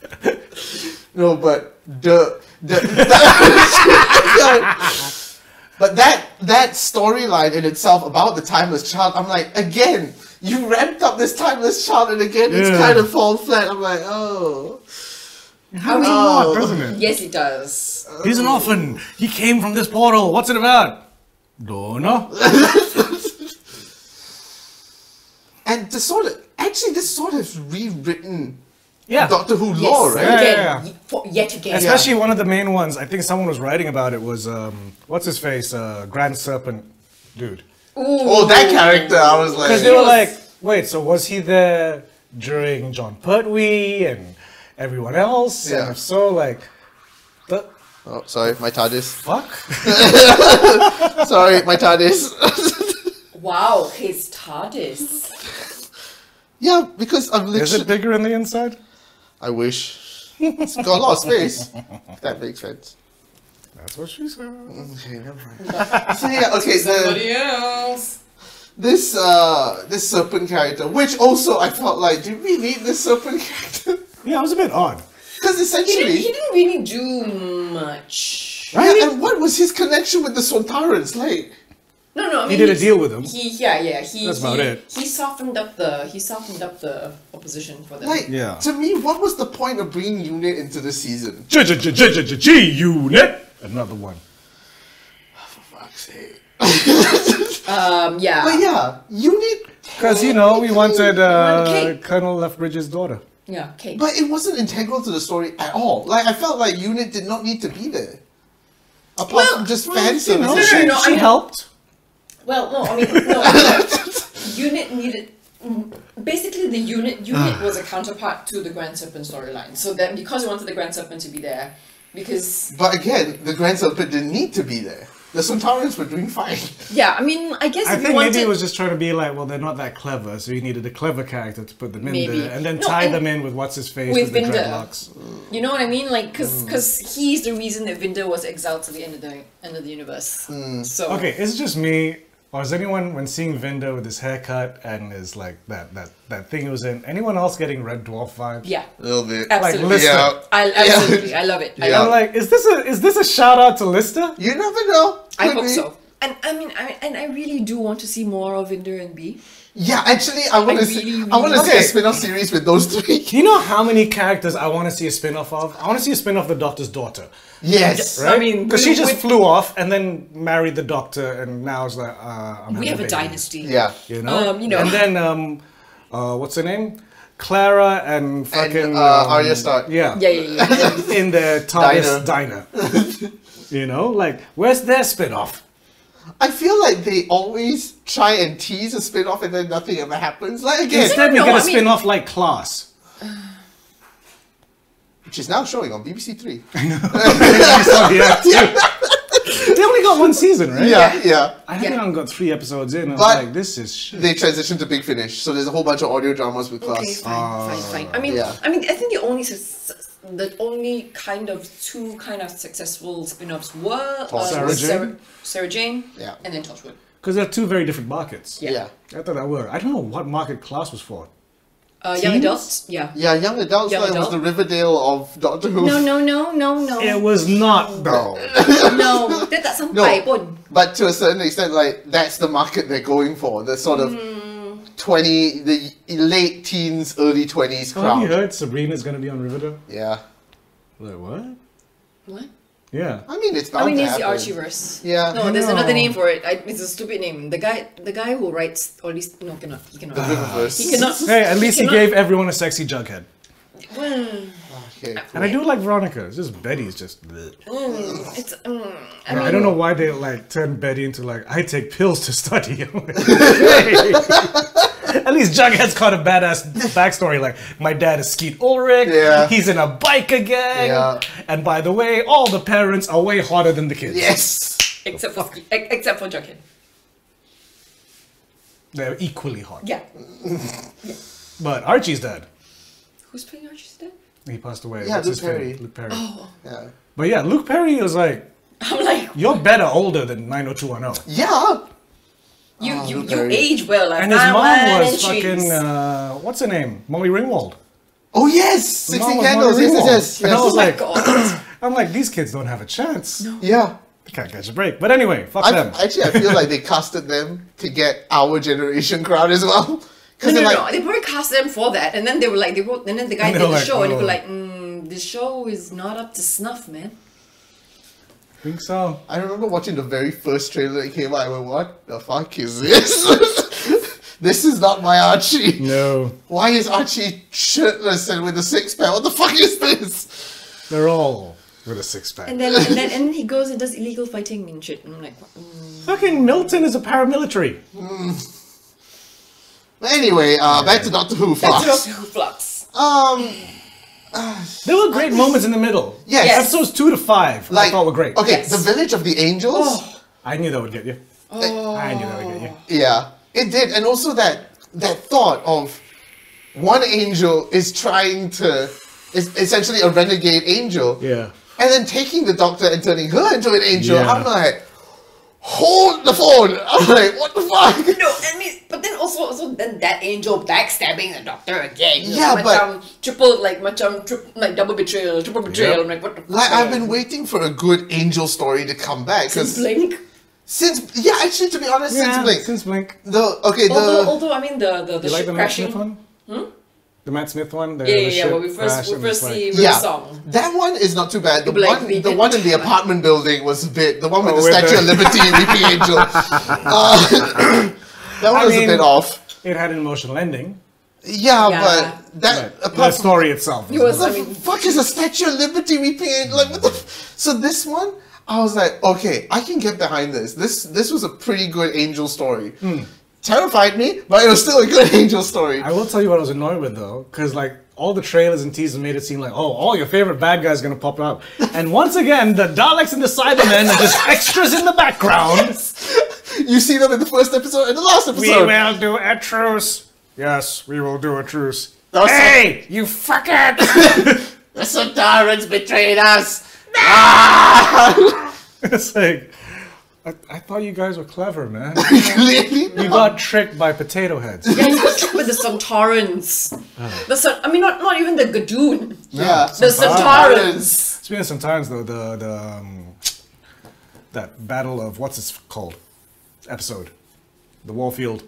Speaker 1: no, but the the. But that that storyline in itself about the timeless child, I'm like, again, you ramped up this timeless child, and again, it's
Speaker 2: Yeah.
Speaker 1: kind of fall flat. I'm like, oh,
Speaker 2: How is it not, doesn't it?
Speaker 3: Yes, it does.
Speaker 1: Oh,
Speaker 2: He's an orphan. He came from this portal. What's it about? Don't know.
Speaker 1: and to sort of actually, this sort of rewritten
Speaker 2: Yeah.
Speaker 1: Doctor Who
Speaker 3: Yes,
Speaker 1: lore, right?
Speaker 2: Yeah,
Speaker 3: again,
Speaker 2: yeah, yeah.
Speaker 3: y- For, yet again.
Speaker 2: Especially one of the main ones. I think someone was writing about it was um, what's his face, uh, Grand Serpent, dude.
Speaker 1: Oh, that character, I was like,
Speaker 2: Because they were
Speaker 3: Yes.
Speaker 2: like, wait, so was he there during John Pertwee and everyone else?
Speaker 1: Yeah.
Speaker 2: And if so, like, the
Speaker 1: oh, sorry, my TARDIS.
Speaker 2: fuck?
Speaker 1: Sorry, my TARDIS.
Speaker 3: Wow, his TARDIS.
Speaker 1: yeah, because I'm
Speaker 2: Is
Speaker 1: literally.
Speaker 2: it bigger on the inside?
Speaker 1: I wish. It's got a lot of space. If that makes sense.
Speaker 2: That's what she said.
Speaker 1: Okay, never mind. so yeah, okay, the,
Speaker 3: Somebody else.
Speaker 1: this uh this serpent character, which also I felt like, did we need this serpent character?
Speaker 2: Yeah, it was a bit odd.
Speaker 1: Because
Speaker 3: He didn't,
Speaker 1: essentially
Speaker 3: he didn't really do much.
Speaker 1: Yeah, and what was his connection with the Sontarans? Like
Speaker 3: No, no. I mean,
Speaker 2: did a
Speaker 3: he's-
Speaker 2: deal with him.
Speaker 3: He, yeah, yeah. He,
Speaker 2: That's
Speaker 3: he,
Speaker 2: about it.
Speaker 3: He softened up the, he softened up the opposition for them.
Speaker 1: like
Speaker 2: Yeah.
Speaker 1: to me, what was the point of bringing Unit into the season?
Speaker 2: G unit. Another one.
Speaker 1: For fuck's sake.
Speaker 3: um, yeah.
Speaker 1: But yeah, Unit
Speaker 2: Ah. Because you know we wanted uh,
Speaker 3: Cake.
Speaker 2: Colonel Lethbridge's daughter.
Speaker 3: yeah. Okay.
Speaker 1: But it wasn't integral to the story at all. Like I felt like Unit did not need to be there. Apart
Speaker 3: Well,
Speaker 1: from just
Speaker 3: well,
Speaker 1: fan
Speaker 2: You know,
Speaker 1: service.
Speaker 3: no,
Speaker 2: she,
Speaker 3: no,
Speaker 2: she
Speaker 3: I-
Speaker 2: helped.
Speaker 3: Well, no, I mean, no. unit needed. Basically, the unit unit
Speaker 2: Ah.
Speaker 3: was a counterpart to the Grand Serpent storyline. So that because we wanted the Grand Serpent to be there, because
Speaker 1: But again, the Grand Serpent didn't need to be there. The Centaurans were doing fine.
Speaker 3: yeah, I mean, I guess
Speaker 2: I
Speaker 3: if you
Speaker 2: think
Speaker 3: wanted,
Speaker 2: maybe it was just trying to be like, well, they're not that clever, so you needed a clever character to put them in
Speaker 3: Maybe.
Speaker 2: there, and then
Speaker 3: No,
Speaker 2: tie
Speaker 3: and-
Speaker 2: them in with what's his face
Speaker 3: With
Speaker 2: with, the
Speaker 3: Vinder.
Speaker 2: dreadlocks.
Speaker 3: you know what I mean, like because
Speaker 2: Hmm. Hmm.
Speaker 3: he's the reason that Vinder was exiled to the end of the end of the universe. So
Speaker 2: Okay, it's just me. Or is anyone, when seeing Vinda with his haircut and his like that that that thing he was in, anyone else getting Red Dwarf vibes?
Speaker 3: Yeah.
Speaker 1: A little bit.
Speaker 3: Absolutely.
Speaker 2: listen.
Speaker 1: Yeah.
Speaker 3: I
Speaker 1: Yeah.
Speaker 3: absolutely. I love it. I
Speaker 1: Yeah.
Speaker 3: love
Speaker 2: I'm
Speaker 3: it.
Speaker 2: like, is this a is this a shout out to Lister?
Speaker 1: You never know.
Speaker 3: I
Speaker 1: Could
Speaker 3: hope
Speaker 1: be.
Speaker 3: so. And I mean, I and I really do want to see more of Inder and B.
Speaker 1: Yeah, actually, I want to see.
Speaker 3: really,
Speaker 1: I want to
Speaker 3: really
Speaker 1: see a
Speaker 2: want it.
Speaker 1: spin-off series with those three.
Speaker 2: Do you know how many characters I want to see a spin off of? I want to see a spin off of the Doctor's daughter.
Speaker 1: Yes.
Speaker 3: I mean,
Speaker 2: because
Speaker 3: we-
Speaker 2: she just
Speaker 3: we-
Speaker 2: flew off and then married the Doctor, and now it's like, uh, I'm
Speaker 3: We
Speaker 2: having
Speaker 3: have a
Speaker 2: baby.
Speaker 3: dynasty.
Speaker 1: Yeah.
Speaker 2: You know?
Speaker 3: Um, you know.
Speaker 2: And then, um, uh, what's her name? Clara and fucking.
Speaker 1: uh,
Speaker 2: um,
Speaker 1: Arya Stark.
Speaker 2: Yeah.
Speaker 3: Yeah, yeah, yeah. yeah.
Speaker 2: in the TARDIS diner. you know, like where's their spin-off?
Speaker 1: I feel like they always try and tease a spin-off and then nothing ever happens. Like again,
Speaker 2: Instead, we
Speaker 3: no,
Speaker 2: get a
Speaker 3: I mean-
Speaker 2: spin-off like Class.
Speaker 1: which is now showing on BBC Three.
Speaker 2: yeah, they only got one season, right?
Speaker 1: yeah, yeah.
Speaker 2: I think
Speaker 3: Yeah.
Speaker 2: I got three episodes in. I was
Speaker 1: But-
Speaker 2: like, this is shit.
Speaker 1: They transitioned to Big Finish, so there's a whole bunch of audio dramas with
Speaker 3: Okay,
Speaker 1: Klaus.
Speaker 3: fine, fine, fine. I mean,
Speaker 1: Yeah.
Speaker 3: I mean, I think the only sus- the only kind of two kind of successful spin-offs were uh,
Speaker 1: Sarah
Speaker 3: was
Speaker 2: Jane.
Speaker 3: Sarah, Sarah Jane,
Speaker 1: Yeah.
Speaker 3: and then Torchwood.
Speaker 2: Because they're two very different markets.
Speaker 1: yeah. yeah,
Speaker 2: I thought that were. I don't know what market Class was for.
Speaker 3: Uh, young
Speaker 2: Teens?
Speaker 3: adults, yeah.
Speaker 1: Young adults
Speaker 3: Young
Speaker 1: like, was
Speaker 3: adult.
Speaker 1: the Riverdale of Doctor Who.
Speaker 3: No, no, no, no, no,
Speaker 2: It was not though.
Speaker 3: no. That, that's some
Speaker 1: No.
Speaker 3: Bible.
Speaker 1: But to a certain extent, like that's the market they're going for. The sort of
Speaker 3: Hmm.
Speaker 1: twenty, the late teens, early twenties
Speaker 2: Have
Speaker 1: crowd.
Speaker 2: you heard Sabrina's gonna be on Riverdale?
Speaker 1: Yeah,
Speaker 2: Like what?
Speaker 3: What?
Speaker 2: Yeah.
Speaker 1: I mean it's bound
Speaker 3: I mean,
Speaker 1: to
Speaker 3: it's the
Speaker 1: happen.
Speaker 3: Archieverse.
Speaker 1: Yeah.
Speaker 3: No, there's
Speaker 2: No.
Speaker 3: another name for it. I, it's a stupid name. The guy, the guy who writes, or at least no, cannot. He cannot.
Speaker 1: Riververse.
Speaker 3: he cannot.
Speaker 2: Hey, at least he
Speaker 3: cannot-
Speaker 2: gave everyone a sexy jughead.
Speaker 3: Well,
Speaker 1: Okay.
Speaker 2: And I do like Veronica. It's just Betty's just. bleh.
Speaker 1: Oh
Speaker 3: mm, it's. Mm, I
Speaker 2: I,
Speaker 3: mean,
Speaker 2: don't know why they like turned Betty into like I take pills to study. At least Jughead's got a badass backstory. Like my dad is Skeet Ulrich.
Speaker 1: Yeah.
Speaker 2: He's in a biker gang.
Speaker 1: Yeah.
Speaker 2: And by the way, all the parents are way hotter than the kids.
Speaker 1: Yes.
Speaker 3: Except for e- except for Jughead.
Speaker 2: They're equally hot.
Speaker 3: Yeah.
Speaker 2: But Archie's dead.
Speaker 3: Who's playing Archie's dad?
Speaker 2: He passed away.
Speaker 1: Yeah,
Speaker 2: What's
Speaker 1: Luke
Speaker 2: his name?
Speaker 1: Perry.
Speaker 2: Luke Perry.
Speaker 1: Yeah.
Speaker 2: But yeah, Luke Perry was like,
Speaker 3: I'm like,
Speaker 2: you're better older than 90210.
Speaker 1: Yeah.
Speaker 3: you
Speaker 1: Oh,
Speaker 3: you, you
Speaker 1: very-
Speaker 3: age well. Like,
Speaker 2: And his
Speaker 3: ah,
Speaker 2: mom
Speaker 3: man,
Speaker 2: was
Speaker 3: and
Speaker 2: fucking,
Speaker 3: cheese.
Speaker 2: uh, what's her name? Molly Ringwald.
Speaker 1: Oh yes,
Speaker 2: Mom
Speaker 1: sixteen
Speaker 2: was
Speaker 1: candles.
Speaker 2: Molly
Speaker 1: Yes, yes, yes.
Speaker 2: Ringwald. And I
Speaker 1: yes.
Speaker 2: was
Speaker 3: Oh my
Speaker 2: like-
Speaker 3: god.
Speaker 2: I'm like, these kids don't have a chance.
Speaker 1: yeah.
Speaker 2: They can't catch a break. But anyway, fuck
Speaker 1: I,
Speaker 2: them.
Speaker 1: actually, I feel like they casted them to get our generation crowd as well.
Speaker 3: No,
Speaker 1: Because
Speaker 3: no,
Speaker 1: they're like,
Speaker 3: no. They probably cast them for that, and then they were like, they wrote, and then the guy
Speaker 2: And
Speaker 3: did
Speaker 2: they were
Speaker 3: the
Speaker 2: like,
Speaker 3: show, and they
Speaker 2: oh.
Speaker 3: were like, mm, the show is not up to snuff, man.
Speaker 2: think so.
Speaker 1: I remember watching the very first trailer that came out. I went, "What the fuck is this? this is not my Archie.
Speaker 2: No,
Speaker 1: Why is Archie shirtless and with a six pack? What the fuck is this?"
Speaker 2: they're all with a six pack.
Speaker 3: And then and then and then he goes and does illegal fighting and shit. And I'm like, what? Mm.
Speaker 2: Fucking Milton is a paramilitary.
Speaker 1: But anyway, uh, back to Doctor Who. Fox.
Speaker 3: flux.
Speaker 1: Um,
Speaker 2: There were great moments in the middle.
Speaker 1: Yes.
Speaker 3: Yes.
Speaker 2: Episodes two to five, I
Speaker 1: like,
Speaker 2: thought were great.
Speaker 1: Okay,
Speaker 3: Yes. Oh.
Speaker 1: the Village of the Angels.
Speaker 2: I knew that would get you. I knew that would get you.
Speaker 1: Yeah, it did, and also that that thought of one angel is trying to is essentially a renegade angel.
Speaker 2: Yeah.
Speaker 1: And then taking the doctor and turning her into an angel,
Speaker 2: Yeah.
Speaker 1: I'm like, hold the phone. I'm like, what the fuck?
Speaker 3: No, I mean, but then also, also then that angel backstabbing the doctor again.
Speaker 1: Yeah, but-
Speaker 3: macam triple like macam trip, like double betrayal, triple betrayal. I'm like, what the
Speaker 1: Like
Speaker 3: fuck?
Speaker 1: I've been waiting for a good angel story to come back because
Speaker 3: Blink.
Speaker 1: since yeah, actually to be honest,
Speaker 2: Yeah,
Speaker 1: since Blink,
Speaker 2: Since Blink.
Speaker 1: the okay the
Speaker 3: Although, although I mean the the, the
Speaker 2: You like
Speaker 3: ship
Speaker 2: the Matt
Speaker 3: crashing.
Speaker 2: Smith one? Hmm? The Matt Smith one? The,
Speaker 3: Yeah,
Speaker 2: the
Speaker 3: yeah, yeah.
Speaker 2: ship
Speaker 3: But we
Speaker 2: crash
Speaker 3: first we
Speaker 2: and it's
Speaker 3: first
Speaker 2: like-
Speaker 3: see the
Speaker 1: yeah,
Speaker 3: song.
Speaker 1: that one is not too bad. The
Speaker 3: Blake
Speaker 1: one,
Speaker 3: Lee.
Speaker 1: the one in the apartment building was a bit. The one with
Speaker 2: Oh,
Speaker 1: the
Speaker 2: with
Speaker 1: Statue
Speaker 2: the-
Speaker 1: of Liberty and Weeping Angel. Uh, that one
Speaker 2: I
Speaker 1: was a
Speaker 2: mean-
Speaker 1: bit off.
Speaker 2: It had an emotional ending.
Speaker 1: Yeah,
Speaker 3: Yeah.
Speaker 1: but that
Speaker 2: But the
Speaker 1: Uh, apart from
Speaker 2: story itself.
Speaker 3: It was
Speaker 1: What
Speaker 3: I
Speaker 1: the
Speaker 3: mean,
Speaker 1: fuck is a Statue of Liberty weeping? And, Like what the? F- so this one, I was like, okay, I can get behind this. This this was a pretty good angel story. Terrified me, but it was still a good angel story.
Speaker 2: Hmm. I will tell you what I was annoyed with though, because like all the trailers and teasers made it seem like, oh, all your favorite bad guys gonna pop up, and once again the Daleks and the Cybermen are just extras in the background.
Speaker 1: You see them in the first episode and the last episode.
Speaker 2: We will do a truce. Yes, we will do a truce.
Speaker 1: That's-
Speaker 2: hey, you fucker!
Speaker 1: The Santarans betrayed us.
Speaker 2: it's like, I, I thought you guys were clever, man.
Speaker 1: Clearly,
Speaker 2: You got tricked by potato heads.
Speaker 3: Yeah, you got tricked with the Centaurans.
Speaker 2: Oh.
Speaker 3: The Cent- I mean, not, not even the Gadoon.
Speaker 1: yeah.
Speaker 3: The Centaurans.
Speaker 2: Speaking of sometimes though, the the um, that battle of what's it's called episode, the Warfield.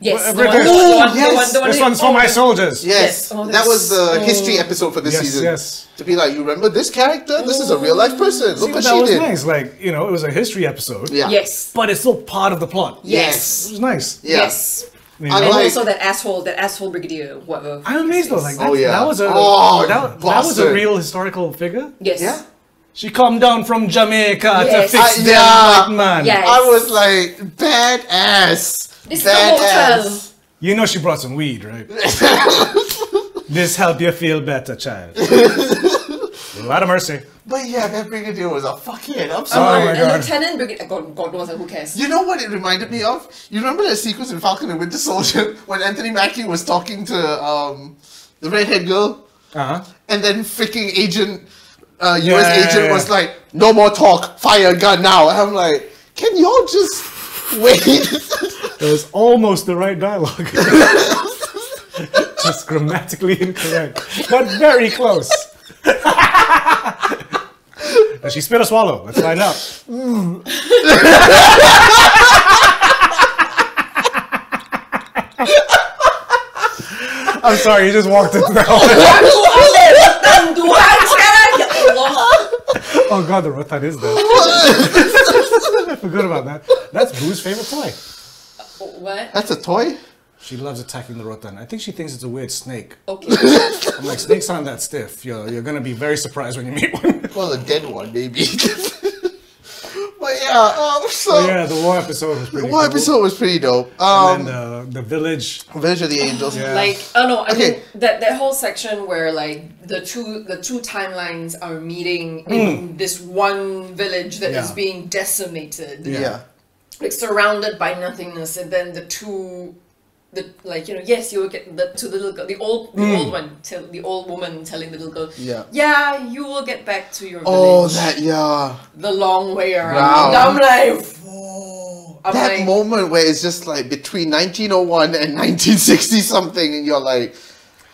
Speaker 3: Yes.
Speaker 2: Whatever
Speaker 3: the one-
Speaker 2: it is.
Speaker 3: the one- the
Speaker 1: Yes,
Speaker 3: one- the one-
Speaker 2: This one's for
Speaker 3: oh,
Speaker 2: my
Speaker 3: the-
Speaker 2: soldiers.
Speaker 1: Yes,
Speaker 3: Yes. Oh,
Speaker 1: that was the
Speaker 3: that's-
Speaker 1: history episode for this
Speaker 2: Yes,
Speaker 1: season.
Speaker 2: yes.
Speaker 1: To be like, you remember this character? This is a real life person. Look
Speaker 2: See,
Speaker 1: what
Speaker 2: that
Speaker 1: she
Speaker 2: was
Speaker 1: did.
Speaker 2: nice. Like you know, it was a history episode.
Speaker 1: Yeah.
Speaker 3: Yes.
Speaker 2: but it's still part of the plot. It
Speaker 3: Yes.
Speaker 2: was nice.
Speaker 1: Yeah.
Speaker 3: Yes.
Speaker 2: You
Speaker 1: I
Speaker 2: know?
Speaker 3: And
Speaker 1: like-
Speaker 3: also that asshole, that asshole brigadier, uh, whatever.
Speaker 2: I'm amazed though. Like that,
Speaker 1: Oh, yeah.
Speaker 2: that was a
Speaker 1: Oh,
Speaker 2: that, that was a
Speaker 1: bastard.
Speaker 2: real historical figure.
Speaker 3: yes.
Speaker 1: Yeah.
Speaker 2: She come down from Jamaica
Speaker 3: Yes.
Speaker 2: to fix
Speaker 1: I-
Speaker 2: them
Speaker 1: yeah.
Speaker 2: white man.
Speaker 3: Yeah.
Speaker 1: I was like, badass.
Speaker 3: This is the hotel.
Speaker 1: badass.
Speaker 2: You know she brought some weed, right? this help you feel better, child. a lot of mercy.
Speaker 1: But yeah, that brigadier was a fuckhead. I'm
Speaker 2: Oh
Speaker 1: sorry.
Speaker 2: my
Speaker 3: and
Speaker 2: God.
Speaker 3: Lieutenant Brigadier, uh, God, God knows who cares.
Speaker 1: you know what it reminded me of? You remember that sequence in Falcon and Winter Soldier when Anthony Mackie was talking to um, the redhead girl,
Speaker 2: Uh huh.
Speaker 1: and then freaking agent, uh, U.S.
Speaker 2: Yeah, yeah,
Speaker 1: agent
Speaker 2: yeah.
Speaker 1: was like, "No more talk. Fire a gun now." And I'm like, "Can y'all just wait?"
Speaker 2: It was almost the right dialogue. Just grammatically incorrect, but very close. Does she spit or swallow? Let's find out. I'm sorry, you just walked into the hall.
Speaker 3: Lieutenant Duarte! Allah.
Speaker 2: Oh god, the Rotan is there. I forgot about that. That's Boo's favorite toy.
Speaker 3: What?
Speaker 1: That's a toy.
Speaker 2: She loves attacking the Rotan. I think she thinks it's a weird snake.
Speaker 3: Okay.
Speaker 2: I'm like, snakes aren't that stiff. You're, you're gonna be very surprised when you meet one.
Speaker 1: Well, a dead one, maybe. but yeah, um, so
Speaker 2: Oh, yeah, the war episode was pretty
Speaker 1: one
Speaker 2: cool.
Speaker 1: episode was pretty dope. Um,
Speaker 2: And uh, the village.
Speaker 1: Village of the Angels.
Speaker 2: Yeah.
Speaker 3: Like, oh no, I
Speaker 1: Okay.
Speaker 3: mean that that whole section where like the two the two timelines are meeting
Speaker 1: Mm.
Speaker 3: in this one village that is
Speaker 2: Yeah.
Speaker 3: being decimated,
Speaker 2: Yeah.
Speaker 1: yeah.
Speaker 3: like surrounded by nothingness, and then the two. The, like you know, yes, you will get the to the little girl, the old, the old one, tell the old woman telling the little girl,
Speaker 1: Mm. Yeah.
Speaker 3: yeah, you will get back to your
Speaker 1: Oh,
Speaker 3: village
Speaker 1: that yeah.
Speaker 3: the long way around.
Speaker 1: Wow.
Speaker 3: I'm like, whoa, Oh, I'm
Speaker 1: that
Speaker 3: like,
Speaker 1: moment where it's just like between 1901 and 1960 something, and you're like,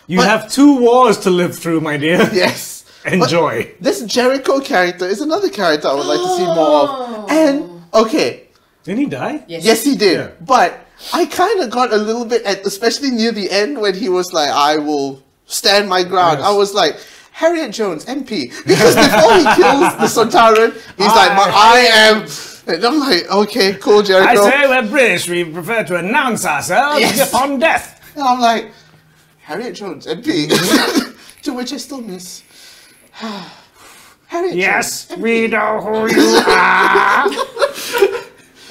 Speaker 2: You
Speaker 1: But-
Speaker 2: have two wars to live through, my dear.
Speaker 1: yes. But
Speaker 2: Enjoy.
Speaker 1: this Jericho character is another character I would like to see more of. And okay,
Speaker 2: Didn't he die?
Speaker 3: yes,
Speaker 1: yes, he did,
Speaker 2: Yeah.
Speaker 1: but I kind of got a little bit, at, especially near the end when he was like, "I will stand my ground."
Speaker 2: Yes.
Speaker 1: I was like. Harriet Jones, MP, because before he kills the Sontaran, he's like, "My- "I am," and I'm like, "Okay, cool,
Speaker 2: I
Speaker 1: Jericho."
Speaker 2: say we're British. We prefer to announce ourselves
Speaker 1: Yes.
Speaker 2: upon death.
Speaker 1: And I'm like, Harriet Jones, MP. to which I still miss. Harriet
Speaker 2: Yes,
Speaker 1: Jones.
Speaker 2: we know who you are.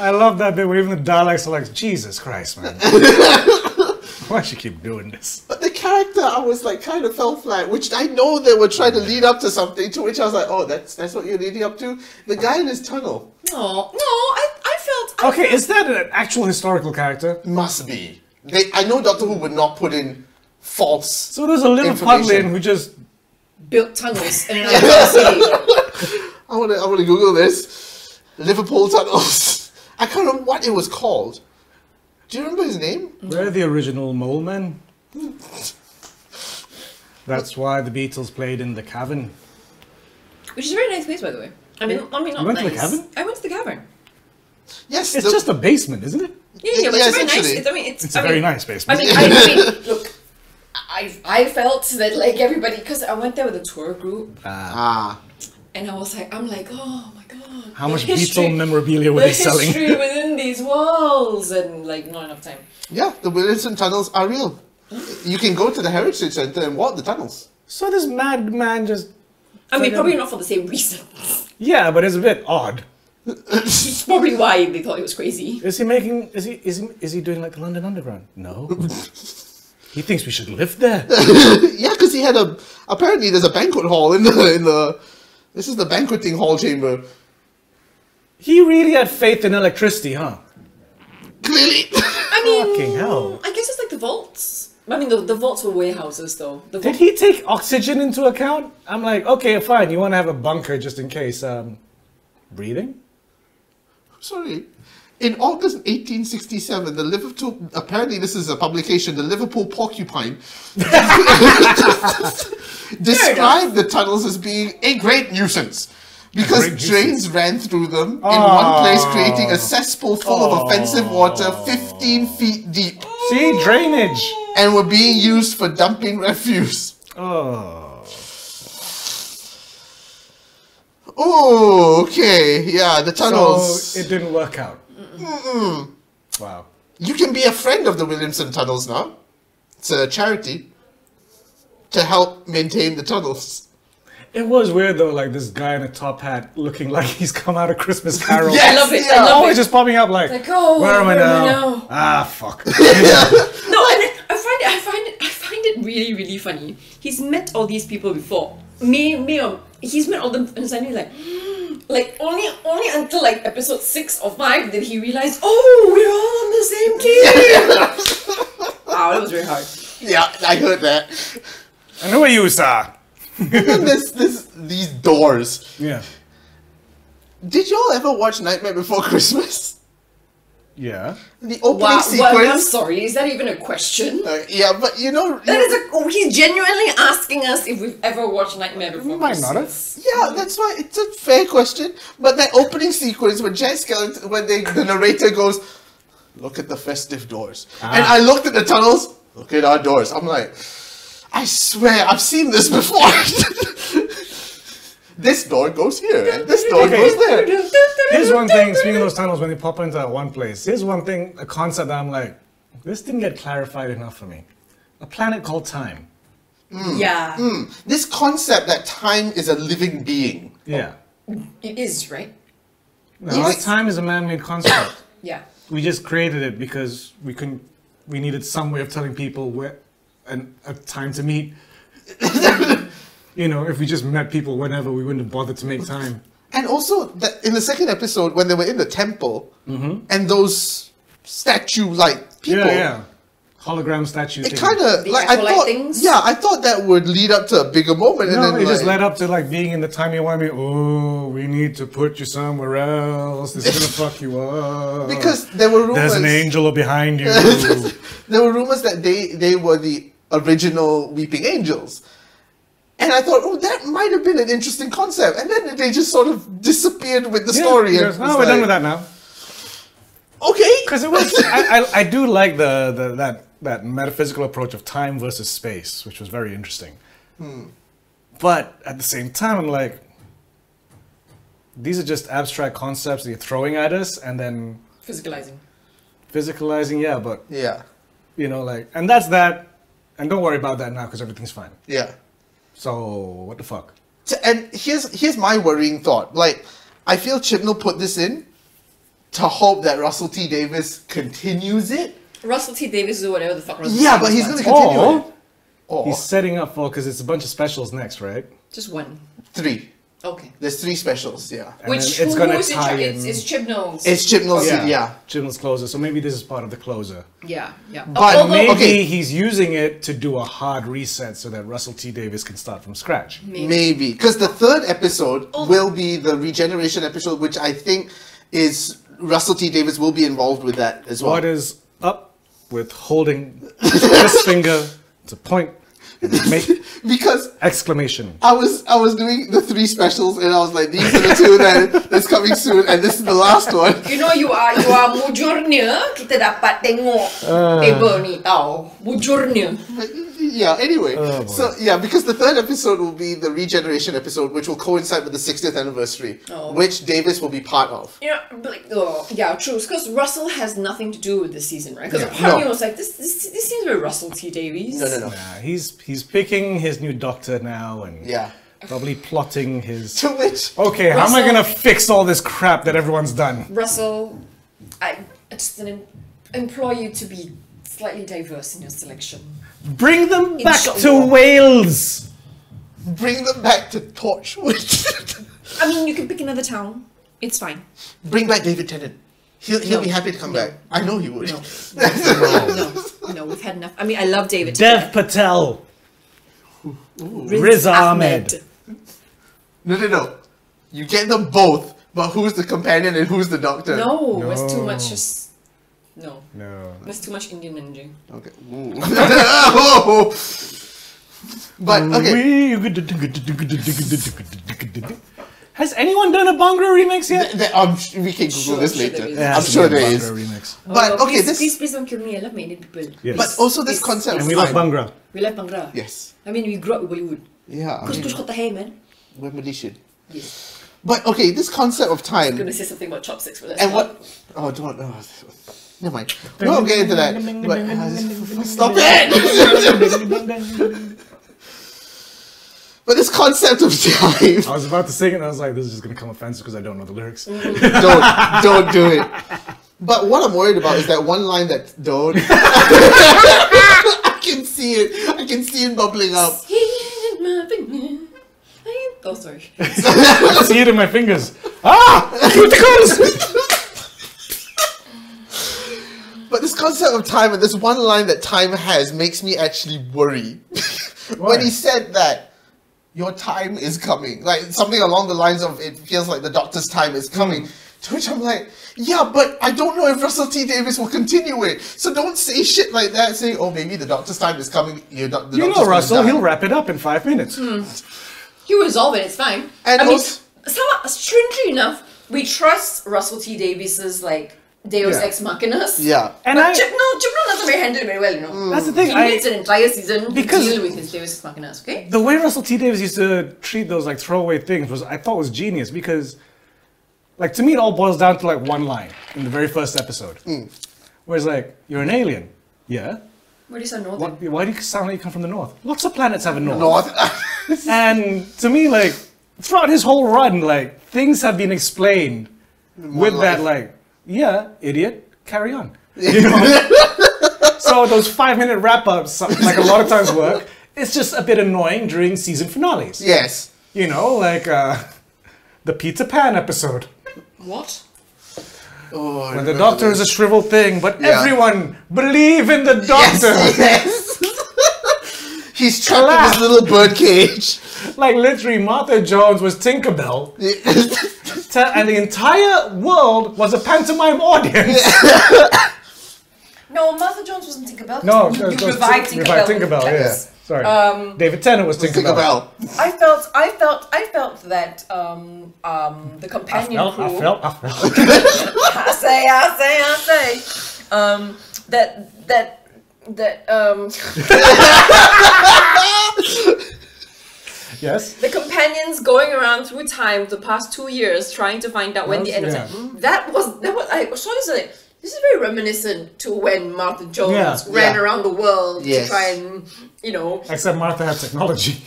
Speaker 2: I love that bit where even the dialects are like, Jesus Christ, man. Why should you keep doing this?
Speaker 1: But the character, I was like, kind of fell flat, which I know they were trying to lead up to something, to which I was like, oh, that's that's what you're leading up to? The guy in his tunnel.
Speaker 3: no, no, I, I felt,
Speaker 1: Oh.
Speaker 3: I
Speaker 2: Okay, is that an actual historical character?
Speaker 1: Must be. They, I know Doctor Who would not put in false.
Speaker 2: So there's a little
Speaker 1: Information.
Speaker 2: puddling who just
Speaker 3: built tunnels in another city.
Speaker 1: I want to I wanna Google this. Liverpool tunnels. I can't remember what it was called. Do you remember his name?
Speaker 2: We're the original mole men. That's why the Beatles played in the cavern.
Speaker 3: Which is a very nice place, by the way. I mean, I mean, not
Speaker 2: You went to the
Speaker 3: nice.
Speaker 2: cavern?
Speaker 3: I went to the cavern.
Speaker 1: Yes.
Speaker 2: It's
Speaker 1: the-
Speaker 2: just a basement, isn't it?
Speaker 3: Yeah, yeah, but
Speaker 1: Yeah,
Speaker 3: it's very nice.
Speaker 1: essentially.
Speaker 3: It's, I mean, it's,
Speaker 2: It's
Speaker 3: I
Speaker 2: a very
Speaker 3: mean,
Speaker 2: nice
Speaker 3: I
Speaker 2: basement.
Speaker 3: mean, I, I mean, look, I, I felt that like everybody, because I went there with a tour group,
Speaker 1: ah.
Speaker 3: and I was like, I'm like, oh my god,
Speaker 2: How
Speaker 3: the
Speaker 2: much
Speaker 3: history-
Speaker 2: Beatle memorabilia were
Speaker 3: the
Speaker 2: they selling?
Speaker 3: history within these walls, and like not enough time.
Speaker 1: Yeah, the Williamson tunnels are real. You can go to the Heritage Center and walk the tunnels.
Speaker 2: So this madman just.
Speaker 3: I
Speaker 2: Like,
Speaker 3: mean,
Speaker 2: um,
Speaker 3: probably not for the same reason.
Speaker 2: Yeah, but it's a bit odd.
Speaker 3: It's probably why they thought it was crazy.
Speaker 2: Is he making? Is he? Is he? Is he doing like the London Underground? No. he thinks we should live there.
Speaker 1: yeah, because he had a. Apparently, there's a banquet hall in the in the. This is the banqueting hall chamber.
Speaker 2: he really had faith in electricity, huh?
Speaker 1: Clearly,
Speaker 3: I mean,
Speaker 2: Fucking hell.
Speaker 3: I guess it's like the vaults. I mean, the, the vaults were warehouses, though. The
Speaker 2: Did
Speaker 3: vault-
Speaker 2: he take oxygen into account? I'm like, okay, fine. You want to have a bunker just in case. Um, breathing?
Speaker 1: sorry. In August 1867, the Liverpool, apparently this is a publication, the Liverpool Porcupine described the tunnels as being a great nuisance because
Speaker 2: great
Speaker 1: drains ran through them in one
Speaker 2: Ah.
Speaker 1: place, creating a cesspool full of offensive water 15 feet deep
Speaker 2: See, drainage.
Speaker 1: and were being used for dumping refuse.
Speaker 2: Oh.
Speaker 1: Oh, okay. Yeah, the tunnels.
Speaker 2: So Oh, it didn't work out. Wow.
Speaker 1: You can be a friend of the Williamson Tunnels now. It's a charity to help maintain the tunnels.
Speaker 2: It was weird though, like this guy in a top hat looking like he's come out of Christmas Carol.
Speaker 1: Yes,
Speaker 3: I love it.
Speaker 1: yeah.
Speaker 3: I love
Speaker 2: Always
Speaker 3: it.
Speaker 2: just popping up like,
Speaker 3: Like, oh,
Speaker 2: where am
Speaker 3: where
Speaker 2: I now?
Speaker 3: am I now?
Speaker 2: Ah, fuck.
Speaker 3: No, and I, I find it, I find it, I find it really, really funny. He's met all these people before. Me, me, um, he's met all them, and suddenly like, like only, only until like episode six or five did he realize, oh, we're all on the same team. wow, that was very hard.
Speaker 1: Yeah, I heard that.
Speaker 2: and who are you, sir?
Speaker 1: And this, this, these doors.
Speaker 2: Yeah.
Speaker 1: Did y'all ever watch Nightmare Before Christmas?
Speaker 2: Yeah.
Speaker 1: The opening
Speaker 3: Wow,
Speaker 1: sequence.
Speaker 3: well, I'm sorry. Is that even a question?
Speaker 1: Uh, yeah, but you know,
Speaker 3: That is a. Oh, he's genuinely asking us if we've ever watched Nightmare
Speaker 1: Mm,
Speaker 3: Before.
Speaker 2: Might not have.
Speaker 3: Christmas.
Speaker 1: yeah, that's why it's a fair question. But that opening sequence when Jack Skellington, when they, the narrator goes, "Look at the festive doors,"
Speaker 2: Ah.
Speaker 1: and I looked at the tunnels. Look at our doors. I'm like, I swear, I've seen this before. this door goes here, and this door
Speaker 2: Okay.
Speaker 1: goes there.
Speaker 2: Here's one thing, speaking of those tunnels, when they pop into that one place, here's one thing, a concept that I'm like, this didn't get clarified enough for me. A planet called time.
Speaker 3: Yeah,
Speaker 1: This concept that time is a living being.
Speaker 3: Oh.
Speaker 2: Yeah.
Speaker 3: it is right.
Speaker 2: No,
Speaker 1: Yes.
Speaker 2: time is a man-made concept.
Speaker 3: Yeah.
Speaker 2: we just created it because we couldn't, we needed some way of telling people where, and a time to meet. you know, if we just met people whenever, we wouldn't have bothered to make time.
Speaker 1: And also, that in the second episode, when they were in the temple, and those statue-like people,
Speaker 2: Mm-hmm. Yeah, yeah. Hologram statue
Speaker 1: it
Speaker 2: thing.
Speaker 1: kind of
Speaker 3: The
Speaker 1: like I
Speaker 3: acolyte
Speaker 1: thought.
Speaker 3: things?
Speaker 1: Yeah, I thought that would lead up to a bigger moment, and
Speaker 2: No,
Speaker 1: then
Speaker 2: it just
Speaker 1: like,
Speaker 2: led up to like being in the timey wimey. Oh, we need to put you somewhere else. This is gonna fuck you up.
Speaker 1: because there were rumors.
Speaker 2: there's an angel behind you.
Speaker 1: there were rumors that they they were the original Weeping Angels, and I thought, oh, that might have been an interesting concept, and then they just sort of disappeared with the
Speaker 2: Yeah,
Speaker 1: story.
Speaker 2: he
Speaker 1: and
Speaker 2: goes,
Speaker 1: it
Speaker 2: "Oh,
Speaker 1: was
Speaker 2: we're
Speaker 1: like,
Speaker 2: done with that now.
Speaker 1: Okay,
Speaker 2: Because it was, I, I, I do like the, the that that metaphysical approach of time versus space, which was very interesting. But at the same time, I'm like, these are just abstract concepts that you're throwing at us, and then
Speaker 3: Physicalizing.
Speaker 2: physicalizing. Yeah, but
Speaker 1: yeah,
Speaker 2: you know, like, and that's that. And don't worry about that now because everything's fine.
Speaker 1: yeah.
Speaker 2: So what the fuck?
Speaker 1: T- and here's here's my worrying thought. Like, I feel Chibnall put this in to hope that Russell T Davis continues it.
Speaker 3: Russell T Davis is whatever the fuck. Russell
Speaker 1: Yeah,
Speaker 3: T.
Speaker 1: but
Speaker 3: Davis
Speaker 1: he's
Speaker 3: wants.
Speaker 1: going to continue
Speaker 2: Or
Speaker 1: it. Or
Speaker 2: he's setting up for because it's a bunch of specials next, right?
Speaker 3: Just one.
Speaker 1: three.
Speaker 3: Okay.
Speaker 1: There's three specials. Yeah.
Speaker 2: And
Speaker 3: Which
Speaker 2: then
Speaker 3: it's
Speaker 2: it's gonna
Speaker 3: who's in
Speaker 2: tie
Speaker 3: charge? It's,
Speaker 2: in-
Speaker 3: it's Chibnall's.
Speaker 1: It's Chibnall's. Yeah. Oh, yeah.
Speaker 2: Chibnall's closer. So maybe this is part of the closer.
Speaker 3: yeah, yeah. Oh,
Speaker 1: But
Speaker 3: Although-
Speaker 2: Maybe
Speaker 1: Okay.
Speaker 2: he's using it to do a hard reset so that Russell T Davis can start from scratch.
Speaker 1: Hmm. Maybe because the third episode will be the regeneration episode, which I think is Russell T Davis will be involved with that as well.
Speaker 2: What is up with holding this finger to point and make
Speaker 1: because
Speaker 2: exclamation?
Speaker 1: I was I was doing the three specials and I was like, these are the two that that's coming soon, and this is the last one.
Speaker 3: You know you are you are mujurnya kita dapat tengok
Speaker 2: Ah.
Speaker 3: table ni tau mujurnya.
Speaker 1: Yeah. Anyway,
Speaker 2: Oh, boy.
Speaker 1: so yeah, because the third episode will be the regeneration episode, which will coincide with the 60th anniversary,
Speaker 3: Oh.
Speaker 1: which Davis will be part of.
Speaker 3: You know, but like, oh, yeah, true. Because Russell has nothing to do with this season, right? Because
Speaker 1: Yeah.
Speaker 3: part of me
Speaker 1: No.
Speaker 3: was like, this, this, this seems very Russell T Davies.
Speaker 1: No, no, no.
Speaker 2: Nah, he's he's picking his new doctor now and
Speaker 1: Yeah.
Speaker 2: probably plotting his.
Speaker 1: To which
Speaker 2: Okay, how am I
Speaker 3: Russell-
Speaker 2: gonna fix all this crap that everyone's done?
Speaker 3: Russell, I, I just em- implore you to be slightly diverse in your selection.
Speaker 2: Bring them back to
Speaker 3: Inshallah.
Speaker 2: Wales.
Speaker 1: bring them back to Torchwood.
Speaker 3: I mean, you can pick another town. It's fine.
Speaker 1: bring back David Tennant. He'll, he'll
Speaker 3: No.
Speaker 1: be happy to come back. I know he would.
Speaker 3: No, no, Oh, no. We've had enough. I mean, I love David.
Speaker 2: Dev Patel.
Speaker 3: Riz
Speaker 2: Riz Ahmed.
Speaker 1: No, no, no. You get them both But who's the companion and who's the doctor?
Speaker 3: No, it's too
Speaker 2: No.
Speaker 3: much just. No,
Speaker 2: No.
Speaker 3: it's too much Indian energy.
Speaker 1: Okay. Ooh. Oh! But
Speaker 2: Mm.
Speaker 1: okay.
Speaker 2: Has anyone done a Bhangra remix yet?
Speaker 1: Th- th- I'm sh- we can Google
Speaker 3: Sure,
Speaker 1: this
Speaker 3: sure
Speaker 1: later.
Speaker 3: there is.
Speaker 2: There
Speaker 1: I'm
Speaker 2: has to
Speaker 1: sure
Speaker 2: be a
Speaker 1: there
Speaker 2: Bhangra
Speaker 1: is.
Speaker 2: remix.
Speaker 1: But
Speaker 3: no,
Speaker 1: okay,
Speaker 3: Oh, please,
Speaker 1: this.
Speaker 3: please, please don't kill me. I love my Indian people.
Speaker 2: Yes.
Speaker 1: But also this
Speaker 3: It's-
Speaker 1: concept.
Speaker 2: And we love
Speaker 1: fine.
Speaker 2: Bhangra.
Speaker 3: We love Bhangra.
Speaker 1: Yes.
Speaker 3: I mean, we grew up with Bollywood.
Speaker 1: Yeah. I
Speaker 3: Kush
Speaker 1: mean,
Speaker 3: kush kota hai, man.
Speaker 1: we're Malaysian.
Speaker 3: Yes.
Speaker 1: But okay, this concept of time.
Speaker 3: I'm gonna say something about chopsticks, but that's
Speaker 1: And
Speaker 3: not.
Speaker 1: what? Oh, don't. Oh, never mind. We won't get into that. But, uh, stop it! but this concept of
Speaker 2: I
Speaker 1: time.
Speaker 2: was about to sing it and I was like, this is just gonna come offensive because I don't know the lyrics.
Speaker 1: Don't. Don't do it. But what I'm worried about is that one line that don't. I can see it. I can see it bubbling up.
Speaker 3: He and my finger. I am- Oh, sorry.
Speaker 2: I can see it in my fingers. Ah! Cuticles!
Speaker 1: But this concept of time and this one line that time has makes me actually worry.
Speaker 2: Why?
Speaker 1: when he said that, your time is coming, like something along the lines of it feels like the doctor's time is coming.
Speaker 2: Hmm.
Speaker 1: To which I'm like, yeah, but I don't know if Russell T Davis will continue it. So don't say shit like that. Say, oh, maybe the doctor's time is coming. Your doc- the
Speaker 2: You
Speaker 1: doctor's
Speaker 2: know
Speaker 1: gonna
Speaker 2: Russell,
Speaker 1: die."
Speaker 2: he'll wrap it up in five minutes.
Speaker 3: You resolve it, it's fine.
Speaker 1: And
Speaker 3: I mean,
Speaker 1: also-
Speaker 3: some, strangely enough, we trust Russell T Davis's, like, Deus
Speaker 2: Yeah.
Speaker 3: Ex Machina's.
Speaker 1: Yeah.
Speaker 2: And I,
Speaker 3: but Chibnall, Chibnall doesn't really handle it very well, you know.
Speaker 2: that's the thing,
Speaker 3: He
Speaker 2: I,
Speaker 3: needs an entire season
Speaker 2: Because-
Speaker 3: to deal with his Deus Ex Machina's, okay?
Speaker 2: the way Russell T Davis used to treat those like throwaway things was I thought was genius because, like to me, it all boils down to like one line in the very first episode, where it's like, "You're an alien, yeah?
Speaker 3: What is a northern?
Speaker 2: Why, why do you sound like you come from the north? Lots of planets have a north."
Speaker 1: North.
Speaker 2: And to me, like throughout his whole run, like things have been explained with that, like, "Yeah, idiot, carry on." You know? so those five-minute wrap-ups, like a lot of times work. It's just a bit annoying during season finales
Speaker 1: yes.
Speaker 2: you know, like uh, the Peter Pan episode,
Speaker 3: What?
Speaker 1: Oh, I
Speaker 2: where the
Speaker 1: remember
Speaker 2: doctor
Speaker 1: that.
Speaker 2: is a shriveled thing, but
Speaker 1: Yeah.
Speaker 2: everyone believe in the doctor.
Speaker 1: Yes. yes. He's trapped in this little bird cage.
Speaker 2: Like literally, Martha Jones was Tinkerbell, te- and the entire world was a pantomime audience.
Speaker 3: No, Martha Jones wasn't Tinkerbell.
Speaker 2: No,
Speaker 3: you
Speaker 2: no, it was
Speaker 3: revived
Speaker 2: Tin-
Speaker 3: Tinkerbell.
Speaker 2: revived
Speaker 3: with
Speaker 2: Tinkerbell, yeah.
Speaker 3: Cats.
Speaker 2: Sorry,
Speaker 3: Um,
Speaker 2: David Tennant was Tinkerbell.
Speaker 1: Think about.
Speaker 3: I felt, I felt, I felt that um, um, the companion
Speaker 2: Felt,
Speaker 3: crew.
Speaker 2: I felt, I felt.
Speaker 3: I say, I say, I say. Um, that that that um,
Speaker 2: yes.
Speaker 3: the companions going around through time the past two years trying to find out when the end
Speaker 2: Yeah.
Speaker 3: of time. That was that was I saw this like this is very reminiscent to when Martha Jones
Speaker 2: Yeah.
Speaker 3: ran
Speaker 1: Yeah.
Speaker 3: around the world
Speaker 1: Yes.
Speaker 3: to try and you know
Speaker 2: Except Martha had technology.
Speaker 1: Yeah,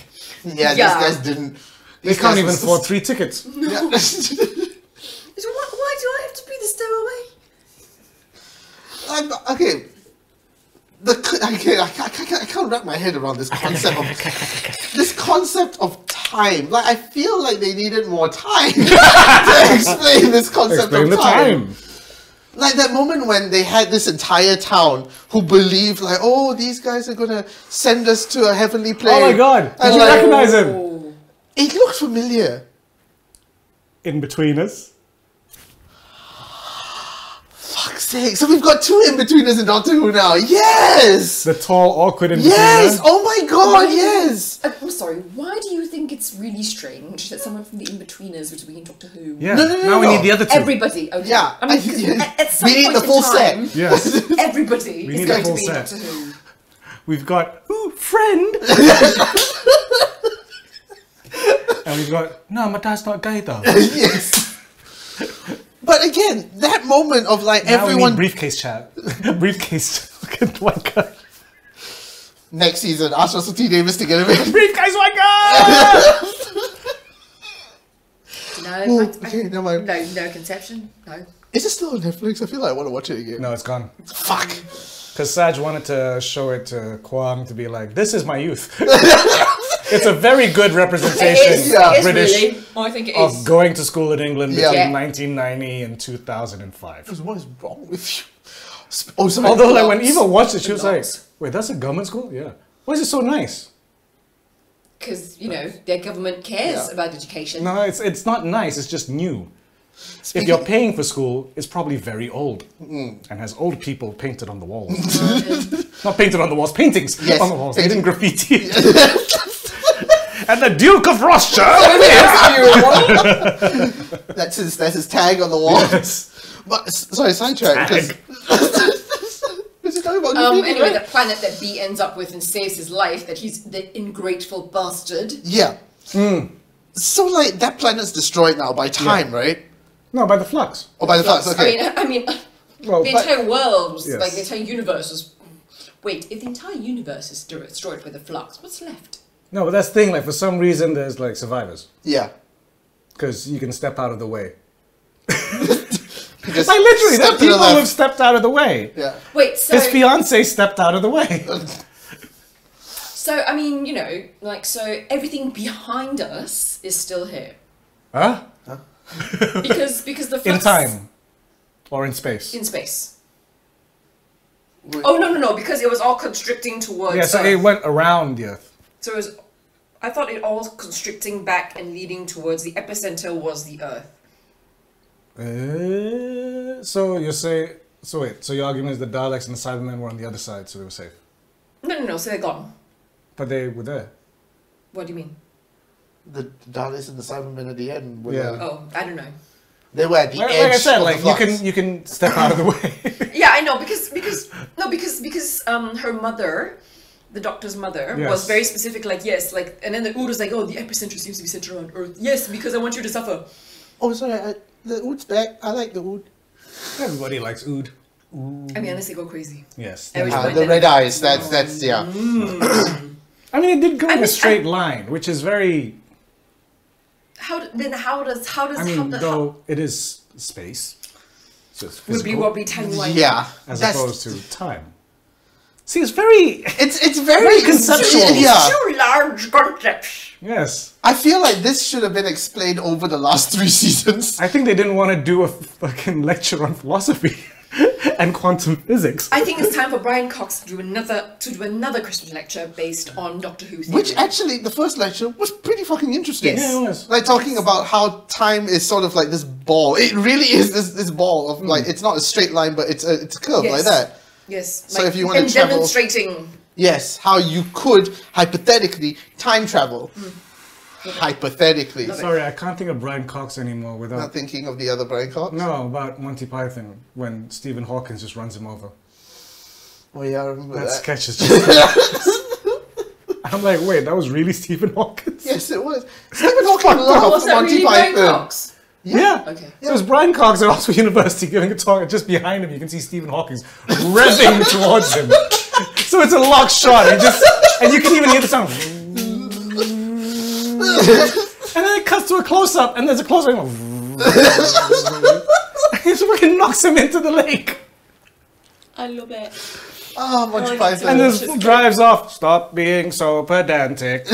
Speaker 3: Yeah.
Speaker 1: these guys didn't.
Speaker 2: They can't even afford three tickets.
Speaker 1: Yeah.
Speaker 3: So why, why do I have to be the stowaway?
Speaker 1: I'm, okay. The c- okay, I, ca- I, ca- I, can't, I can't wrap my head around this concept of this concept of time. Like I feel like they needed more time to explain this concept
Speaker 2: Explain
Speaker 1: of
Speaker 2: the
Speaker 1: time.
Speaker 2: time.
Speaker 1: Like that moment when they had this entire town who believed like, oh, these guys are gonna send us to a heavenly place.
Speaker 2: Oh my god! Did
Speaker 1: And
Speaker 2: you
Speaker 1: like,
Speaker 2: recognize him?
Speaker 3: Oh.
Speaker 1: it looked familiar.
Speaker 2: In between us.
Speaker 1: Fuck's sake! So we've got two in betweeners in Doctor Who now. Yes.
Speaker 2: The tall, awkward in between
Speaker 1: Yes!
Speaker 2: us.
Speaker 1: Oh my god, yes!
Speaker 3: Uh, I'm sorry. Why do you think it's really strange that someone from the Inbetweeners was being Doctor Who?
Speaker 2: Yeah.
Speaker 1: No, no, no,
Speaker 2: now we
Speaker 1: no.
Speaker 2: need the other two.
Speaker 3: Everybody. Okay.
Speaker 1: Yeah.
Speaker 3: I mean, 'cause at, at some
Speaker 1: we need
Speaker 3: point
Speaker 1: the
Speaker 3: in
Speaker 1: full
Speaker 3: time,
Speaker 1: set.
Speaker 2: yes.
Speaker 3: Everybody
Speaker 2: We
Speaker 3: is
Speaker 2: need
Speaker 3: going
Speaker 2: the
Speaker 3: to be
Speaker 2: full set.
Speaker 3: Doctor Who.
Speaker 2: We've got ooh friend. and we've got no, my dad's not gay though. Now
Speaker 1: yes. But again, that moment of like
Speaker 2: we need
Speaker 1: everyone
Speaker 2: briefcase chat. briefcase. Look at white guy.
Speaker 1: next season, ask Russell T Davis to get him in.
Speaker 2: Briefcase white guy.
Speaker 3: No,
Speaker 1: Oh,
Speaker 3: I-
Speaker 1: okay,
Speaker 3: I-
Speaker 1: never mind.
Speaker 3: no, no conception. No.
Speaker 1: Is it still on Netflix? I feel like I want to watch it again.
Speaker 2: no, it's gone.
Speaker 1: Fuck.
Speaker 2: Because Saj wanted to show it to Kwang to be like, this is my youth. it's a very good representation
Speaker 1: is, yeah,
Speaker 2: of
Speaker 1: it's
Speaker 2: British
Speaker 3: really. Oh, I think it
Speaker 2: of
Speaker 3: is.
Speaker 2: going to school in England
Speaker 1: Yeah.
Speaker 2: between
Speaker 3: Yeah.
Speaker 2: 1990 and 2005.
Speaker 1: What is wrong with you? Sp- Oh, sorry.
Speaker 2: Although, like when
Speaker 3: Lots.
Speaker 2: Eva watched it, she was like,
Speaker 3: Lots.
Speaker 2: "Wait, that's a government school? Yeah. Why is it so nice?
Speaker 3: Because you know their government cares
Speaker 1: Yeah.
Speaker 3: about education.
Speaker 2: No, it's it's not nice. It's just new. If you're paying for school, it's probably very old and has old people painted on the walls. Not painted on the walls, paintings
Speaker 1: Yes,
Speaker 2: on the walls. They didn't
Speaker 1: painting.
Speaker 2: graffiti. and the Duke of Rothschild.
Speaker 1: That's his that's his tag on the wall. But s- sorry, sidetrack. Because
Speaker 2: Tag.
Speaker 1: you're talking about
Speaker 3: Um,
Speaker 1: graffiti,
Speaker 3: anyway,
Speaker 1: right?
Speaker 3: the planet that B ends up with and saves his life, that he's the ingrateful bastard.
Speaker 1: Yeah.
Speaker 2: Hmm.
Speaker 1: So like that planet's destroyed now by time, right?
Speaker 2: No, by the flux.
Speaker 1: Or by the flux. Okay.
Speaker 3: I mean, I mean,
Speaker 2: Well,
Speaker 3: the
Speaker 2: but-
Speaker 3: entire world, was-
Speaker 2: Yes.
Speaker 3: like the entire universe was. Wait, if the entire universe is de- destroyed by the flux, what's left?
Speaker 2: No, but that's the thing. Like for some reason, there's like survivors
Speaker 1: yeah.
Speaker 2: because you can step out of the way.
Speaker 1: He just
Speaker 2: Like literally,
Speaker 1: stepped
Speaker 2: there
Speaker 1: to the
Speaker 2: are people who have
Speaker 1: left.
Speaker 2: stepped out of the way.
Speaker 1: Yeah.
Speaker 3: Wait, so
Speaker 2: His fiance stepped out of the way.
Speaker 3: so I mean, you know, like so everything behind us is still here
Speaker 2: Huh?
Speaker 3: because because the flux
Speaker 2: In time, or in space.
Speaker 3: in space.
Speaker 1: Wait.
Speaker 3: Oh no no no! Because it was all constricting towards.
Speaker 2: Yeah, so
Speaker 3: Earth.
Speaker 2: it went around the Earth.
Speaker 3: So it was, I thought it all constricting back and leading towards the epicenter was the Earth.
Speaker 2: Uh, so you say. So wait. So your argument is the Daleks and the Cybermen were on the other side, so they were safe.
Speaker 3: No, no, no. So they're gone.
Speaker 2: But they were there.
Speaker 3: What do you mean?
Speaker 1: The the Daleks and the Cybermen at the end. Were
Speaker 2: Yeah.
Speaker 3: Oh, I don't know.
Speaker 1: They were at the
Speaker 2: Like,
Speaker 1: edge
Speaker 2: like I said,
Speaker 1: of
Speaker 2: like
Speaker 1: the
Speaker 2: you
Speaker 1: flux.
Speaker 2: can you can step out of the way.
Speaker 3: Yeah, I know because because no because because um her mother, the doctor's mother, was
Speaker 2: Yes.
Speaker 3: very specific. Like yes, like and then the Uru's like, oh, the epicenter seems to be centered around Earth. Yes, because I want you to suffer.
Speaker 1: Oh, sorry. I, the wood's back. I like the wood.
Speaker 2: Everybody likes Ood.
Speaker 3: I mean, unless they go crazy.
Speaker 2: Yes.
Speaker 3: Every-
Speaker 1: Ah, the red eyes. That's that's yeah.
Speaker 2: Mm-hmm. I mean, it did go
Speaker 3: I
Speaker 2: in
Speaker 3: mean,
Speaker 2: a straight line, which is very
Speaker 3: How d- then? How does how does
Speaker 2: I
Speaker 3: how
Speaker 2: mean,
Speaker 3: the how,
Speaker 2: though it is space, so it's
Speaker 3: wibbly
Speaker 2: physical,
Speaker 3: wobbly timeline?
Speaker 1: Yeah.
Speaker 2: as
Speaker 1: That's-
Speaker 2: opposed to time. See, it's very
Speaker 1: It's it's very,
Speaker 2: Very conceptual.
Speaker 1: Yeah.
Speaker 3: Two large concepts.
Speaker 2: yes.
Speaker 1: I feel like this should have been explained over the last three seasons.
Speaker 2: I think they didn't want to do a fucking lecture on philosophy and quantum physics.
Speaker 3: I think it's time for Brian Cox to do another to do another Christmas lecture based on Doctor Who. theory.
Speaker 1: Which actually, the first lecture was pretty fucking interesting.
Speaker 3: Yes. Yeah,
Speaker 2: it was.
Speaker 1: Like talking about how time is sort of like this ball. It really is this this ball of like it's not a straight line, but it's a it's a curve
Speaker 3: Hmm. Yes.
Speaker 1: like that.
Speaker 3: Yes.
Speaker 1: So if you wanna
Speaker 3: and
Speaker 1: travel-
Speaker 3: demonstrating
Speaker 1: Yes, how you could hypothetically time travel.
Speaker 3: Hmm.
Speaker 1: Hypothetically,
Speaker 2: Sorry, I can't think of Brian Cox anymore without
Speaker 1: not thinking of the other Brian Cox.
Speaker 2: no about Monty Python when Stephen Hawkins just runs him over.
Speaker 1: Oh yeah, I remember
Speaker 2: That
Speaker 1: that.
Speaker 2: sketch is just. I'm like, wait, that was really Stephen Hawkins.
Speaker 1: Yes, it was. Stephen Hawking loved
Speaker 3: was that
Speaker 1: Monty
Speaker 3: really Brian
Speaker 1: Python.
Speaker 3: Cox?
Speaker 2: Yeah.
Speaker 3: Okay.
Speaker 2: So it was Brian Cox at Oxford University giving a talk, and just behind him you can see Stephen Hawking's revving towards him. So it's a locked shot, and just and you can even hear the sound. and then it cuts to a close up, and there's a close up. and it fucking knocks him into the lake,
Speaker 3: I love it.
Speaker 1: Oh, Monty
Speaker 3: Oh, it's-
Speaker 1: Python.
Speaker 2: and just drives off. Stop being so pedantic.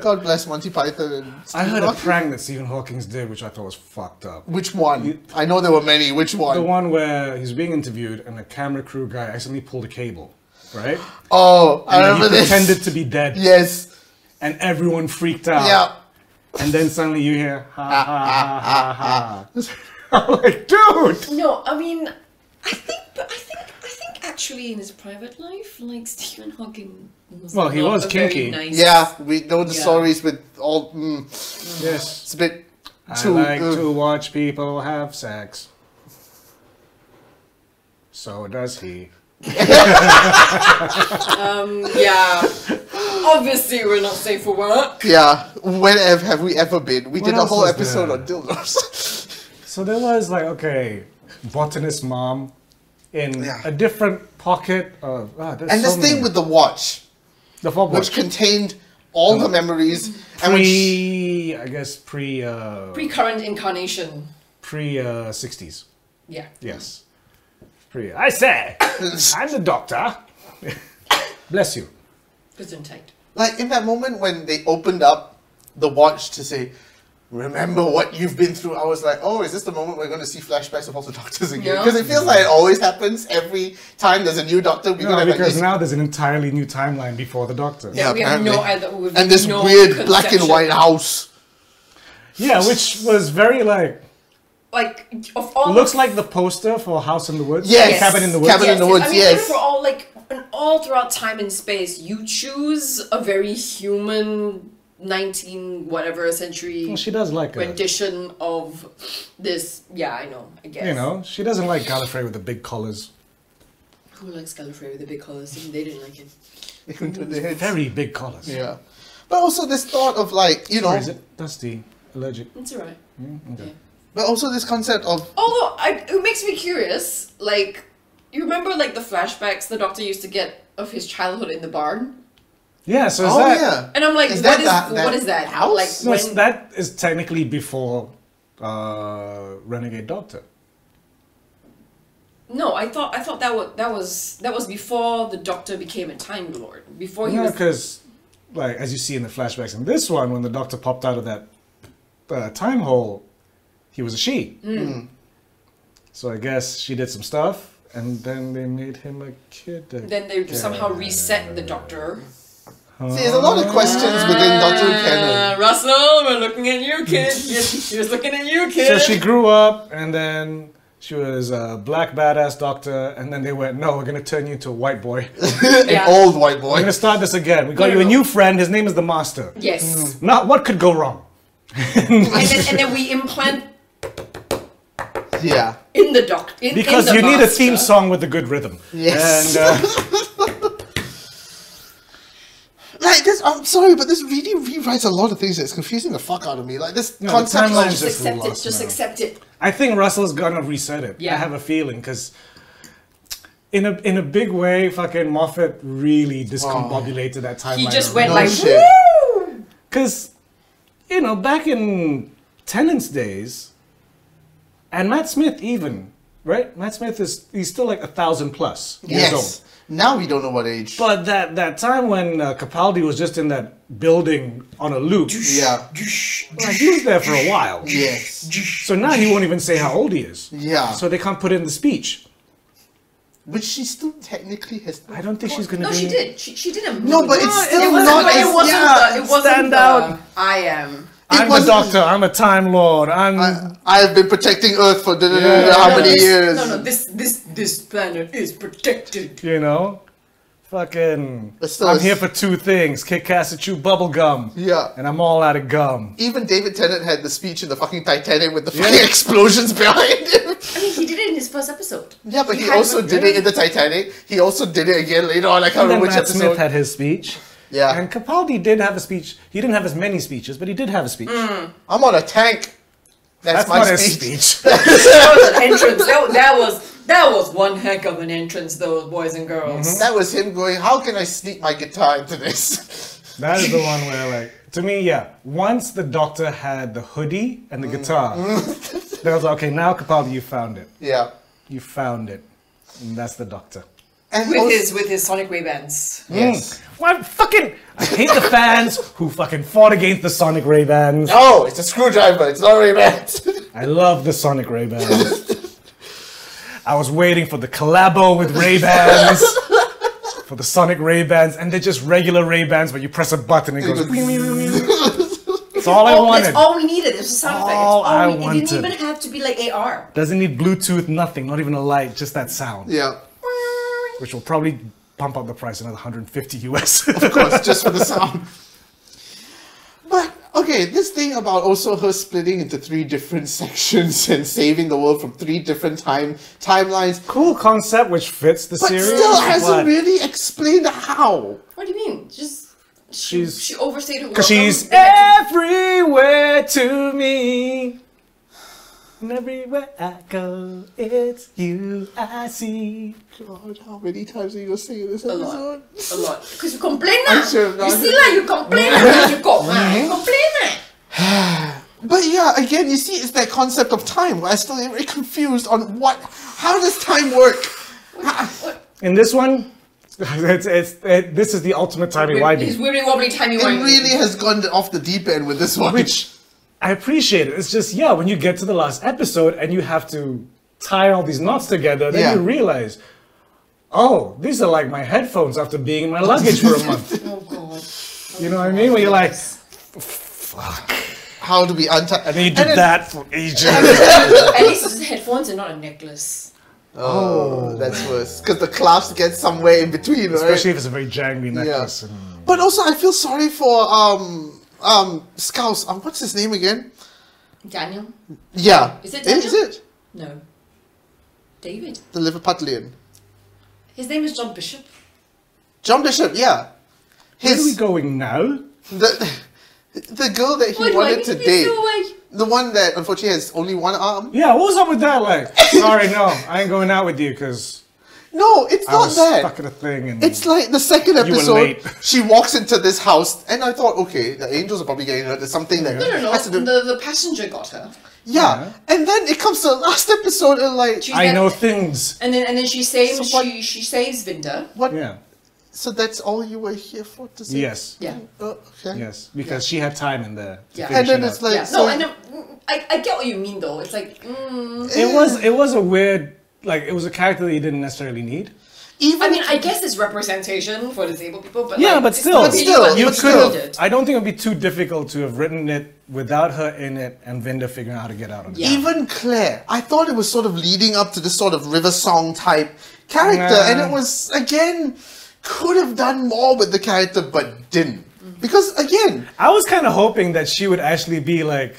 Speaker 1: God bless Monty Python. And
Speaker 2: I
Speaker 1: Stephen
Speaker 2: heard a
Speaker 1: Hawking.
Speaker 2: prank that Stephen Hawking did, which I thought was fucked up.
Speaker 1: Which one? I know there were many. Which one?
Speaker 2: The one where he's being interviewed, and the camera crew guy accidentally pulled a cable, right?
Speaker 1: Oh, I
Speaker 2: And
Speaker 1: remember
Speaker 2: he pretended
Speaker 1: this.
Speaker 2: to be dead,
Speaker 1: Yes.
Speaker 2: and everyone freaked out.
Speaker 1: Yeah.
Speaker 2: And then suddenly you hear ha ha ha ha ha. I'm like, dude,
Speaker 3: No, I mean, I think, but I think, I think actually in his private life, like Stephen Hawking was.
Speaker 2: Well, he
Speaker 3: not
Speaker 2: was
Speaker 3: a very
Speaker 2: kinky.
Speaker 3: nice-
Speaker 1: Yeah, we know the
Speaker 3: Yeah.
Speaker 1: stories with all. Mm,
Speaker 2: yes.
Speaker 1: it's a bit
Speaker 2: I
Speaker 1: too.
Speaker 2: like
Speaker 1: uh,
Speaker 2: to watch people have sex. So does he.
Speaker 3: Um, yeah. Obviously, we're not safe for work.
Speaker 1: Yeah. When have, have we ever been? We
Speaker 2: What
Speaker 1: did a
Speaker 2: else
Speaker 1: whole
Speaker 2: was
Speaker 1: episode
Speaker 2: there?
Speaker 1: on dildos.
Speaker 2: So there was like, okay, botanist mom in
Speaker 1: Yeah.
Speaker 2: a different pocket of ah, there's
Speaker 1: and
Speaker 2: so
Speaker 1: this thing
Speaker 2: many.
Speaker 1: with the watch,
Speaker 2: the fob
Speaker 1: which contained all the memories, and when she,
Speaker 2: pre, I guess pre uh,
Speaker 3: Pre current incarnation.
Speaker 2: pre uh, 60s.
Speaker 3: Yeah.
Speaker 2: Yes. Pre. I say, I'm the doctor. Bless you.
Speaker 3: Prison tight.
Speaker 1: like in that moment when they opened up the watch to say, "Remember what you've been through," I was like, "Oh, is this the moment we're going to see flashbacks of all the doctors again?"
Speaker 3: Yeah.
Speaker 1: Because it feels like it always happens every time there's a new doctor. We're
Speaker 2: No,
Speaker 1: going to have like,
Speaker 2: because
Speaker 1: this
Speaker 2: now there's an entirely new timeline before the doctor.
Speaker 1: Yeah,
Speaker 3: we have no
Speaker 1: apparently.
Speaker 3: idea. we have
Speaker 1: and this
Speaker 3: no
Speaker 1: weird black and
Speaker 3: conception.
Speaker 1: white house.
Speaker 2: Yeah, which was very like
Speaker 3: Like of all
Speaker 2: looks
Speaker 3: the-
Speaker 2: like the poster for House in the Woods.
Speaker 1: Yes.
Speaker 2: Cabin in the Woods.
Speaker 1: Cabin- in the Woods,
Speaker 3: I mean,
Speaker 1: yes.
Speaker 3: even for all like and all throughout time and space, you choose a very human nineteen whatever century
Speaker 2: Well, she does like a,
Speaker 3: rendition of this. Yeah, I know. I guess
Speaker 2: you know, she doesn't like Gallifrey with the big collars.
Speaker 3: who likes Gallifrey with the big colors? They didn't like him.
Speaker 1: They couldn't turn their heads.
Speaker 2: Very big collars.
Speaker 1: Yeah. But also this thought of like, you
Speaker 2: Or
Speaker 1: know,
Speaker 2: is it dusty? Allergic.
Speaker 3: It's alright.
Speaker 2: Mm,
Speaker 3: Yeah.
Speaker 1: but also this concept of
Speaker 3: Although I, it makes me curious. Like you remember like the flashbacks the Doctor used to get of his childhood in the barn,
Speaker 2: Yeah, so is
Speaker 1: oh
Speaker 2: that
Speaker 1: yeah.
Speaker 3: and I'm like,
Speaker 1: Is
Speaker 3: what
Speaker 1: that
Speaker 3: is
Speaker 1: that- that
Speaker 3: what is that?
Speaker 1: house?
Speaker 3: Like
Speaker 2: No, it's-
Speaker 3: when-
Speaker 2: that is technically before uh, Renegade Doctor.
Speaker 3: No, I thought I thought that was that was that was before the Doctor became a Time Lord. Before he
Speaker 2: No,
Speaker 3: was
Speaker 2: because, like, as you see in the flashbacks in this one, when the Doctor popped out of that uh, time hole, he was a she.
Speaker 3: Mm.
Speaker 2: Mm. So I guess she did some stuff, and then they made him a kid.
Speaker 3: then they somehow reset the Doctor.
Speaker 2: Uh,
Speaker 1: See, there's a lot of questions within Doctor Who canon.
Speaker 3: Uh, Russell, we're looking at you, kid. Yes, she was looking at you,
Speaker 2: so
Speaker 3: kid.
Speaker 2: she grew up, and then she was a black badass doctor, and then they went, "No, we're gonna turn you into a white boy. We're
Speaker 3: Yeah.
Speaker 1: An old white boy.
Speaker 2: gonna start this again. We
Speaker 3: No,
Speaker 2: got you
Speaker 3: no,
Speaker 2: a
Speaker 3: no.
Speaker 2: new friend. His name is the Master.
Speaker 3: yes,
Speaker 2: Not what could go wrong."
Speaker 3: and then and then we implant
Speaker 1: Yeah.
Speaker 3: in the Doctor in, in
Speaker 2: Because
Speaker 3: the
Speaker 2: you need a
Speaker 3: master.
Speaker 2: theme song with a good rhythm.
Speaker 1: Yes.
Speaker 2: And, uh,
Speaker 1: Like this, I'm sorry, but this really rewrites a lot of things. It's confusing the fuck out of me. Like this
Speaker 2: No, the
Speaker 1: concept of
Speaker 2: timeline's
Speaker 3: Just accept it.
Speaker 2: lost
Speaker 3: Just
Speaker 2: now.
Speaker 3: accept it.
Speaker 2: I think Russell's gonna reset it. I
Speaker 3: Yeah.
Speaker 2: have a feeling because in a in a big way, fucking Moffat really discombobulated that timeline.
Speaker 3: He just went
Speaker 1: Oh No
Speaker 3: like,
Speaker 1: shit.
Speaker 3: woo!
Speaker 2: because you know back in Tennant's days, and Matt Smith even right. Matt Smith is he's still like a thousand plus years
Speaker 1: yes.
Speaker 2: old.
Speaker 1: Now we don't know what age.
Speaker 2: But that that time when uh, Capaldi was just in that building on a loop,
Speaker 1: yeah.
Speaker 2: like he was there for a while.
Speaker 1: Yes.
Speaker 2: So now he won't even say how old he is.
Speaker 1: Yeah.
Speaker 2: So they can't put it in the speech.
Speaker 1: Which she still technically has.
Speaker 2: I don't think she's gonna.
Speaker 3: No,
Speaker 2: do
Speaker 3: she did. She, she did a
Speaker 1: No, but it's still
Speaker 3: it wasn't,
Speaker 1: not
Speaker 3: but
Speaker 1: as-
Speaker 3: it wasn't
Speaker 1: yeah,
Speaker 3: the, it wasn't
Speaker 2: stand
Speaker 3: the,
Speaker 2: out.
Speaker 3: I am.
Speaker 2: I'm a
Speaker 1: wasn't-
Speaker 2: doctor. I'm a time lord. I'm.
Speaker 1: I have been protecting Earth for da- da- da- da-
Speaker 2: Yeah.
Speaker 1: how
Speaker 3: No,
Speaker 1: many
Speaker 3: this,
Speaker 1: years?
Speaker 3: No, no, this this this planet is protected.
Speaker 2: you know, fucking.
Speaker 1: But still
Speaker 2: I'm
Speaker 1: it's-
Speaker 2: here for two things: kick ass and chew bubble gum.
Speaker 1: Yeah.
Speaker 2: And I'm all out of gum.
Speaker 1: Even David Tennant had the speech in the fucking Titanic with the fucking explosions behind him.
Speaker 3: I mean, he did it in his first episode.
Speaker 1: Yeah, but he,
Speaker 3: had
Speaker 1: also
Speaker 3: one-
Speaker 1: did it in the Titanic. He also did it again later on. I can't
Speaker 2: And
Speaker 1: remember
Speaker 2: then
Speaker 1: Oh, which
Speaker 2: Matt
Speaker 1: episode.
Speaker 2: Smith had his speech.
Speaker 1: Yeah.
Speaker 2: And Capaldi did have a speech. He didn't have as many speeches, but he did have a speech.
Speaker 3: Mm.
Speaker 1: I'm on a tank. That's,
Speaker 2: That's,
Speaker 1: my
Speaker 2: not a
Speaker 1: speech.
Speaker 2: speech.
Speaker 3: That was an entrance. That, wa- that was that was one heck of an entrance, though, boys and girls.
Speaker 2: Mm-hmm.
Speaker 1: That was him going, How can I sneak my guitar into this?
Speaker 2: that is the one where, like, to me, yeah. Once the doctor had the hoodie and
Speaker 1: Mm.
Speaker 2: the guitar, then I was like, okay, now Capaldi, you found it.
Speaker 1: Yeah.
Speaker 2: You found it. And that's the doctor.
Speaker 1: And
Speaker 3: With
Speaker 1: also- Mm.
Speaker 3: his with his sonic wave bands.
Speaker 1: Yes.
Speaker 2: Well, fucking, I hate the fans who fucking fought against the Sonic Ray Bans.
Speaker 1: Oh, it's a screwdriver. It's not really bad.
Speaker 2: I love the Sonic Ray Bans. I was waiting for the collabo with Ray Bans. For the Sonic Ray Bans, and they're just regular Ray Bans, but you press a button and it goes. That's all I
Speaker 3: Oh,
Speaker 2: wanted.
Speaker 3: that's all we needed. It was a sound effect.
Speaker 2: All
Speaker 3: It's all
Speaker 2: I
Speaker 3: we- It
Speaker 2: wanted.
Speaker 3: didn't even have to be like AR.
Speaker 2: Doesn't need Bluetooth, nothing, not even a light, just that sound,
Speaker 1: yeah.
Speaker 2: which will probably pump up the price another 150 US.
Speaker 1: Of course, just for the sound. But, okay, this thing about also her splitting into three different sections and saving the world from three different time timelines,
Speaker 2: cool concept, which fits the
Speaker 1: but
Speaker 2: series.
Speaker 1: still hasn't
Speaker 2: but-
Speaker 1: really explained how.
Speaker 3: What do you mean? Just she
Speaker 2: She's-
Speaker 3: she overstayed her welcome.
Speaker 2: Because she's
Speaker 3: They had to-
Speaker 2: everywhere to me. And everywhere I go, it's you I see.
Speaker 1: God, how many times are you going to say this
Speaker 3: lot.
Speaker 1: episode?
Speaker 3: a lot because you complain now.
Speaker 1: sure
Speaker 3: You
Speaker 1: not.
Speaker 3: see lah, you complain now. You go, ah,
Speaker 2: Mm-hmm.
Speaker 3: you complain now.
Speaker 1: But yeah, again, you see, it's that concept of time where I still am very confused on what, how does time work?
Speaker 2: In this one, it's, it's, it, this is the ultimate timey
Speaker 3: His
Speaker 2: wimey,
Speaker 3: wibbly wobbly timey
Speaker 1: It
Speaker 3: wimey.
Speaker 1: really has gone off the deep end with this one.
Speaker 2: which I appreciate. It. It's just yeah, when you get to the last episode and you have to tie all these knots together, then
Speaker 1: Yeah.
Speaker 2: you realize, oh, these are like my headphones after being in my luggage for a month.
Speaker 3: Oh god.
Speaker 2: You know what I mean? Where you're like,
Speaker 1: how do we untie?
Speaker 2: And you
Speaker 1: And
Speaker 2: did
Speaker 1: then-
Speaker 2: that for ages.
Speaker 3: At least it's headphones and not a necklace.
Speaker 1: Oh, that's worse. Because the clasp gets somewhere in between, right?
Speaker 2: Especially if it's a very jangly necklace.
Speaker 1: Yeah.
Speaker 2: and-
Speaker 1: But also, I feel sorry for um um Scouse. Um, what's his name again?
Speaker 3: Daniel?
Speaker 1: Yeah,
Speaker 3: Is it
Speaker 1: Is
Speaker 3: Daniel?
Speaker 1: it
Speaker 3: No. David.
Speaker 1: the Liverpudlian?
Speaker 3: His name is John Bishop.
Speaker 1: John Bishop. Yeah,
Speaker 2: Where are we
Speaker 1: his
Speaker 2: going now?
Speaker 1: the the girl that he
Speaker 3: Why do I
Speaker 1: wanted
Speaker 3: need
Speaker 1: to
Speaker 3: be
Speaker 1: date,
Speaker 3: so away?
Speaker 1: the one that unfortunately has only one arm.
Speaker 2: Yeah, what was up with that? Like, sorry, no, I ain't going out with you because
Speaker 1: No, it's
Speaker 2: I
Speaker 1: not
Speaker 2: was
Speaker 1: that.
Speaker 2: stuck in a thing. And
Speaker 1: It's like the second
Speaker 2: were
Speaker 1: episode,
Speaker 2: late.
Speaker 1: she walks into this house, and I thought, okay, the angels are probably getting her. There's something that
Speaker 3: No, no, no.
Speaker 1: has to do.
Speaker 3: The, the passenger got her.
Speaker 1: yeah. and then it comes to the last episode, and like,
Speaker 3: She's
Speaker 2: I
Speaker 3: got-
Speaker 2: know things.
Speaker 3: And then and then she saves
Speaker 1: So what-
Speaker 3: she she saves Vinda.
Speaker 1: what?
Speaker 2: Yeah.
Speaker 1: So that's all you were here for to see?
Speaker 2: Yes.
Speaker 3: Yeah.
Speaker 1: Oh, okay.
Speaker 2: Yes. Because she had time in there. to
Speaker 3: Yeah.
Speaker 2: finish
Speaker 1: And then
Speaker 2: it
Speaker 1: it's
Speaker 2: up.
Speaker 1: like,
Speaker 3: yeah.
Speaker 1: so
Speaker 3: no, and um, I I get what you mean though. It's like mm,
Speaker 2: it was
Speaker 1: eh.
Speaker 2: it was a weird like it was a character that you didn't necessarily need.
Speaker 1: even
Speaker 3: I mean I guess it's representation for disabled people, but
Speaker 2: Yeah,
Speaker 3: like,
Speaker 2: but
Speaker 3: it's
Speaker 2: still.
Speaker 3: not
Speaker 2: But
Speaker 1: still,
Speaker 3: really what
Speaker 1: you
Speaker 3: we
Speaker 1: could have-
Speaker 3: needed.
Speaker 2: I don't think it would be too difficult to have written it without her in it and Vinda figuring out how to get out of it.
Speaker 3: Yeah.
Speaker 1: even Claire, I thought it was sort of leading up to this sort of River Song type character,
Speaker 2: Nah.
Speaker 1: and it was again could have done more with the character, but didn't
Speaker 3: Mm-hmm.
Speaker 1: because again,
Speaker 2: I was kind of hoping that she would actually be like,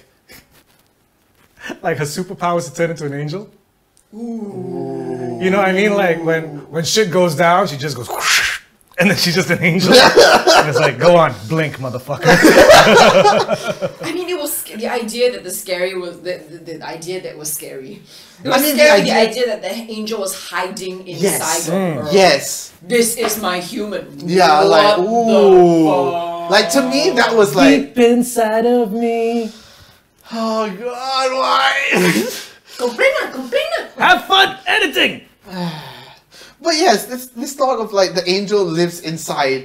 Speaker 2: like her superpowers to turn into an angel. Ooh. You know what I mean? Like when when shit goes down, she just goes, whoosh, and then she's just an angel. and it's like, go on, blink, motherfucker.
Speaker 3: I mean, it was sc- the idea that the scary was the, the, the idea that was scary. It
Speaker 1: I
Speaker 3: was
Speaker 1: mean, the
Speaker 3: scary the
Speaker 1: idea-
Speaker 3: idea that the angel was hiding inside
Speaker 1: Yes.
Speaker 3: of
Speaker 2: Mm.
Speaker 3: her.
Speaker 1: yes,
Speaker 3: This is my human.
Speaker 1: yeah, like
Speaker 3: What the
Speaker 1: ooh,
Speaker 3: fuck?
Speaker 1: like to me that was like,
Speaker 2: inside of me.
Speaker 1: oh god, why?
Speaker 3: Comprena, comprena.
Speaker 2: Have fun editing.
Speaker 1: But yes, this this thought of like the angel lives inside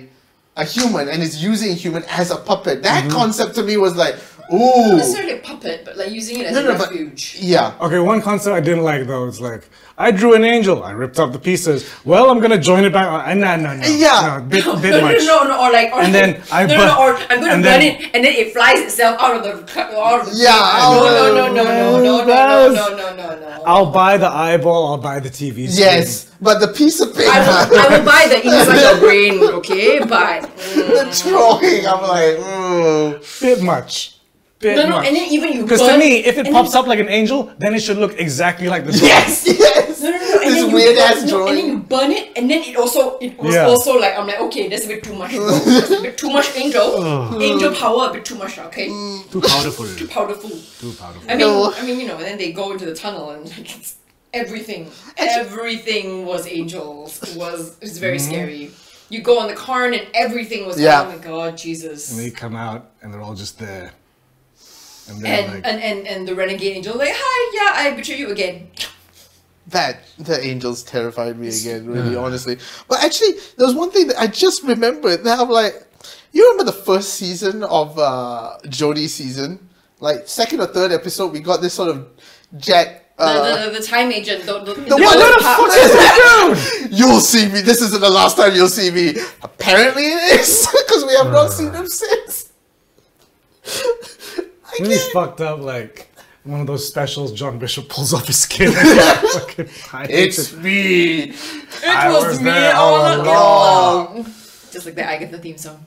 Speaker 1: a human and is using a human as a puppet. That concept to me was like,
Speaker 3: Not
Speaker 1: ooh,
Speaker 3: necessarily a puppet, but like using it as
Speaker 1: No,
Speaker 3: a
Speaker 1: no, but-
Speaker 3: refuge.
Speaker 1: yeah.
Speaker 2: Okay, one concept I didn't like though. It's like I drew an angel. I ripped up the pieces. Well, I'm gonna join it back. Uh, No, no, no.
Speaker 1: Yeah.
Speaker 2: No, bit, bit
Speaker 3: no,
Speaker 2: much.
Speaker 3: no, no, no, or like, or
Speaker 2: And then I
Speaker 3: no,
Speaker 2: bu-
Speaker 3: no, no, or I'm gonna burn
Speaker 2: and then-
Speaker 3: it, and then it flies itself out of the, cu- out of the.
Speaker 1: Yeah,
Speaker 3: No, no, no, no, no, no, no, no, no, no, no, no.
Speaker 2: I'll buy the eyeball. I'll buy the TV. Screen.
Speaker 1: Yes, but the piece of paper,
Speaker 3: I will, I will buy the inside of brain, okay, but. mm.
Speaker 1: the drawing, I'm like, mm.
Speaker 2: Bit much. Bit
Speaker 3: No, no,
Speaker 2: much.
Speaker 3: and then even you.
Speaker 2: because to
Speaker 3: burn-
Speaker 2: me, if it
Speaker 3: and
Speaker 2: pops
Speaker 3: then,
Speaker 2: up like an angel, then it should look exactly like the.
Speaker 1: yes, yes.
Speaker 3: No, no, no, and
Speaker 1: this
Speaker 3: then you
Speaker 1: weird
Speaker 3: burn-
Speaker 1: ass
Speaker 3: no,
Speaker 1: drawing.
Speaker 3: And then you burn it, and then it also it was
Speaker 2: Yeah.
Speaker 3: also like I'm like okay, that's a bit too much, bro. That's a bit too much angel, angel power, a bit too much, okay,
Speaker 1: Mm.
Speaker 2: Too powerful.
Speaker 3: too powerful.
Speaker 2: Too powerful.
Speaker 3: I mean,
Speaker 1: No.
Speaker 3: I mean, you know, and then they go into the tunnel and like, it's everything,
Speaker 1: Actually-
Speaker 3: everything was angels. It was it's very
Speaker 2: Mm-hmm.
Speaker 3: scary. You go on the car and everything was
Speaker 1: Yeah.
Speaker 3: oh my god, Jesus.
Speaker 2: And they come out and they're all just there. And they're
Speaker 3: And,
Speaker 2: like,
Speaker 3: and, and and the renegade angel like hi yeah I betray you again
Speaker 1: That the angels terrified me again, really, honestly. But actually, there was one thing that I just remembered that I'm like, you remember the first season of uh, Jodie season, like second or third episode, we got this sort of Jack. Uh,
Speaker 3: the, the, the time agent the, the,
Speaker 1: the one
Speaker 3: the
Speaker 1: that
Speaker 3: park.
Speaker 1: fuck is that dude? You'll see me. This isn't the last time you'll see me. Apparently it is, because we have not seen him since. I
Speaker 2: really
Speaker 1: can't.
Speaker 2: fucked up like one of those specials John Bishop pulls off his skin. Fucking hide
Speaker 1: It's
Speaker 2: it.
Speaker 1: me.
Speaker 2: I
Speaker 3: it was,
Speaker 2: was
Speaker 3: me
Speaker 2: there
Speaker 3: all
Speaker 2: all
Speaker 3: along just like the Agatha theme song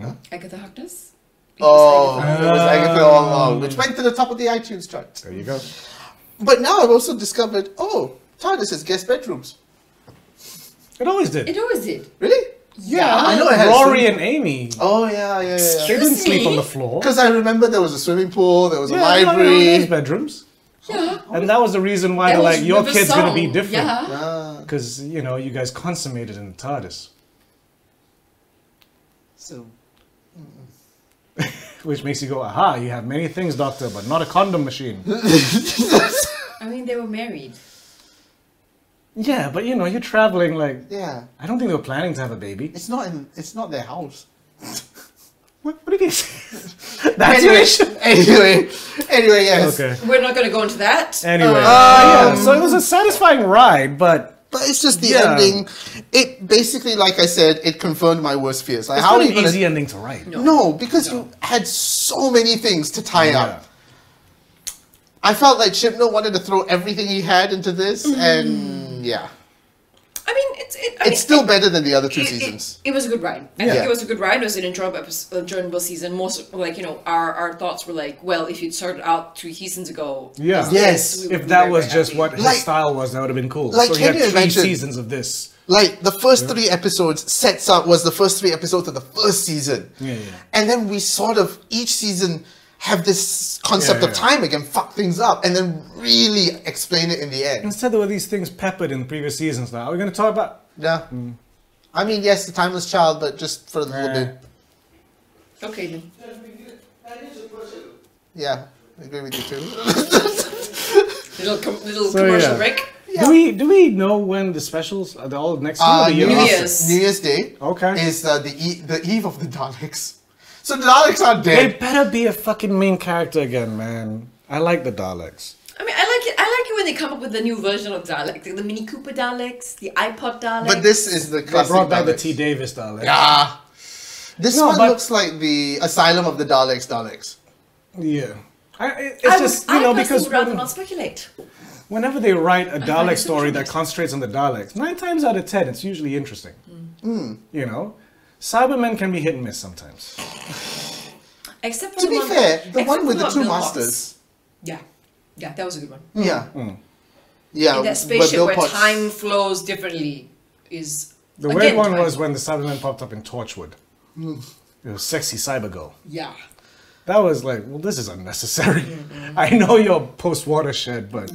Speaker 2: Huh?
Speaker 3: Agatha Harkness It
Speaker 1: Oh,
Speaker 3: was Agatha
Speaker 1: it was Agatha all along, which went to the top of the iTunes chart.
Speaker 2: There you go.
Speaker 1: But now I've also discovered, oh, TARDIS has guest bedrooms.
Speaker 2: It always did.
Speaker 3: It always did.
Speaker 1: Really?
Speaker 3: Yeah.
Speaker 1: I know it has.
Speaker 2: Rory
Speaker 1: some-
Speaker 2: and Amy.
Speaker 1: Oh yeah, yeah, yeah, yeah.
Speaker 2: They didn't
Speaker 3: Excuse
Speaker 2: sleep on
Speaker 3: me?
Speaker 2: the floor.
Speaker 1: Because I remember there was a swimming pool, there was a
Speaker 2: no, no, no, there's
Speaker 1: library.
Speaker 2: bedrooms.
Speaker 3: Yeah.
Speaker 2: And that was the reason why,
Speaker 3: That was
Speaker 2: like, your
Speaker 3: River
Speaker 2: kid's gonna
Speaker 3: Song.
Speaker 2: be different.
Speaker 3: Yeah.
Speaker 1: Ah,
Speaker 2: Because, you know, you guys consummated in the TARDIS.
Speaker 1: so
Speaker 2: Which makes you go, aha, you have many things, Doctor, but not a condom machine.
Speaker 3: I mean, they were married.
Speaker 2: yeah, but, you know, you're traveling, like,
Speaker 1: yeah,
Speaker 2: I don't think they were planning to have a baby.
Speaker 1: it's not in, it's not their house.
Speaker 2: What, what do you mean? That's your
Speaker 1: anyway,
Speaker 2: issue.
Speaker 1: anyway, anyway, yes. Um,
Speaker 2: Okay.
Speaker 3: We're not going to go into that.
Speaker 2: Anyway,
Speaker 3: Uh,
Speaker 2: yeah, so it was a satisfying ride, but
Speaker 1: But it's just the
Speaker 2: Yeah.
Speaker 1: ending. It basically, like I said, it confirmed my worst fears. Like,
Speaker 2: It's
Speaker 1: how
Speaker 2: not
Speaker 1: are
Speaker 2: an
Speaker 1: you gonna?
Speaker 2: easy ending to write.
Speaker 3: No.
Speaker 1: No, because you had so many things to tie up. I felt like Chibnall wanted to throw everything he had into this, and yeah,
Speaker 3: I mean, it's it, I mean,
Speaker 1: it's still better than the other
Speaker 3: it-
Speaker 1: two
Speaker 3: it-
Speaker 1: seasons.
Speaker 3: It, was a good ride. I
Speaker 1: Yeah.
Speaker 3: think it was a good ride. It was an enjoyable, epis- enjoyable season. Most like you know, our our thoughts were like, well, if you'd started out two seasons ago,
Speaker 2: Yeah.
Speaker 3: this-
Speaker 1: Yes.
Speaker 3: we would
Speaker 2: If
Speaker 3: be
Speaker 2: that
Speaker 3: very,
Speaker 2: was
Speaker 3: very
Speaker 2: just
Speaker 3: happy.
Speaker 2: what his
Speaker 1: Like-
Speaker 2: style was, that would have been cool.
Speaker 1: like,
Speaker 2: so he
Speaker 1: can
Speaker 2: had
Speaker 1: you
Speaker 2: three
Speaker 1: imagine-
Speaker 2: seasons of this.
Speaker 1: Like the first three episodes sets up was the first three episodes of the first season,
Speaker 2: Yeah, yeah.
Speaker 1: and then we sort of each season have this concept
Speaker 2: Yeah,
Speaker 1: of
Speaker 2: yeah.
Speaker 1: time again, fuck things up, and then really explain it in the end.
Speaker 2: Instead, there were these things peppered in previous seasons. Now, are we going to talk about?
Speaker 1: Yeah,
Speaker 2: Mm.
Speaker 1: I mean, yes, the timeless child, but just for a little
Speaker 2: Eh.
Speaker 1: bit.
Speaker 3: Okay then.
Speaker 1: Yeah, I agree with you too.
Speaker 3: Little com- little
Speaker 2: So,
Speaker 3: commercial
Speaker 2: yeah.
Speaker 3: break.
Speaker 1: Yeah.
Speaker 2: Do we do we know when the specials are they all next year? or
Speaker 1: Uh,
Speaker 2: the year
Speaker 3: New
Speaker 2: after?
Speaker 3: Year's.
Speaker 1: New Year's Day
Speaker 2: Okay.
Speaker 1: is uh, the e- the eve of the Daleks. So the Daleks are
Speaker 2: They
Speaker 1: dead.
Speaker 2: better be a fucking main character again, man. I like the Daleks.
Speaker 3: I mean, I like it. I like it when they come up with the new version of Dalek, the Mini Cooper Daleks, the iPod Daleks.
Speaker 1: But this is the
Speaker 2: They
Speaker 1: classic
Speaker 2: brought back the
Speaker 1: Daleks.
Speaker 2: T. Davis Daleks.
Speaker 1: Yeah. This
Speaker 2: No,
Speaker 1: one
Speaker 2: but-
Speaker 1: looks like the Asylum of the Daleks Daleks.
Speaker 2: Yeah. I, it- it's
Speaker 3: I would-
Speaker 2: just
Speaker 3: I
Speaker 2: you know
Speaker 3: personally
Speaker 2: because
Speaker 3: would rather
Speaker 2: when-
Speaker 3: not speculate.
Speaker 2: whenever they write a
Speaker 3: find it
Speaker 2: Dalek
Speaker 3: so
Speaker 2: story that
Speaker 3: interesting.
Speaker 2: concentrates on the Daleks, nine times out of ten, it's usually interesting.
Speaker 1: Hmm.
Speaker 2: You know, Cybermen can be hit and miss sometimes.
Speaker 3: Except for
Speaker 1: To
Speaker 3: the
Speaker 1: be
Speaker 3: one,
Speaker 1: fair, the
Speaker 3: except
Speaker 1: one with
Speaker 3: for
Speaker 1: the two
Speaker 3: Bill Potts.
Speaker 1: masters.
Speaker 3: Yeah, yeah, that was a good one.
Speaker 2: Hmm.
Speaker 1: Yeah. Yeah.
Speaker 3: In that
Speaker 1: Um, but
Speaker 3: spaceship
Speaker 1: Bill
Speaker 3: where
Speaker 1: Potts-
Speaker 3: time flows differently is
Speaker 2: The
Speaker 3: again,
Speaker 2: weird one
Speaker 3: time.
Speaker 2: was when the Cybermen popped up in Torchwood.
Speaker 1: Hmm.
Speaker 2: It was sexy Cybergirl.
Speaker 3: yeah.
Speaker 2: That was like, well, this is unnecessary. I know you're post watershed, but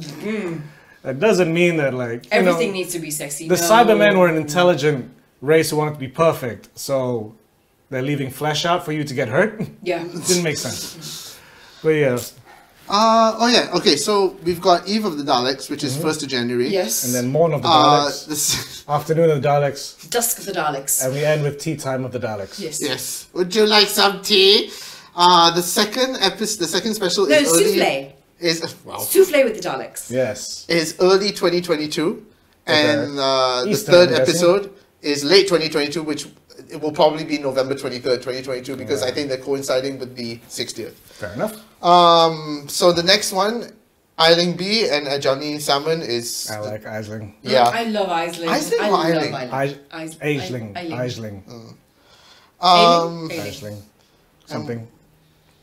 Speaker 2: that doesn't mean that like you know,
Speaker 3: Everything needs to be sexy.
Speaker 2: The
Speaker 3: No.
Speaker 2: Cybermen were an intelligent race who wanted to be perfect, so they're leaving flesh out for you to get hurt.
Speaker 3: Yeah.
Speaker 2: Didn't make sense. But yeah,
Speaker 1: Uh, oh yeah. Okay. So we've got Eve of the Daleks, which is first of January.
Speaker 3: Yes.
Speaker 2: and then Morn of Mm-hmm. the
Speaker 1: Uh,
Speaker 2: Daleks,
Speaker 1: this,
Speaker 2: Afternoon of the Daleks,
Speaker 3: Dusk of the Daleks.
Speaker 2: and we end with Tea Time of the Daleks.
Speaker 3: yes.
Speaker 1: yes. Would you like some tea? Uh, the second episode, the second special
Speaker 3: No,
Speaker 1: is early.
Speaker 3: souffle.
Speaker 1: Is wow.
Speaker 3: Souffle with the Daleks.
Speaker 2: Yes.
Speaker 1: is early 2022, and uh, the
Speaker 2: Easter,
Speaker 1: third
Speaker 2: I'm guessing.
Speaker 1: episode is late 2022, which it will probably be November 23rd, 2022, because I think they're coinciding with the 60th.
Speaker 2: Fair enough.
Speaker 1: Um, so the next one, Eiling B and Ajani Salmon is
Speaker 2: I like Isling.
Speaker 1: yeah.
Speaker 3: I love Isling.
Speaker 1: Isling
Speaker 3: I
Speaker 1: or
Speaker 3: love
Speaker 1: Eiling?
Speaker 2: Ais-
Speaker 3: Ais-
Speaker 2: Aisling.
Speaker 3: Ai-
Speaker 2: Aisling.
Speaker 1: Um,
Speaker 3: Ailing? Ailing.
Speaker 2: Aisling. Something.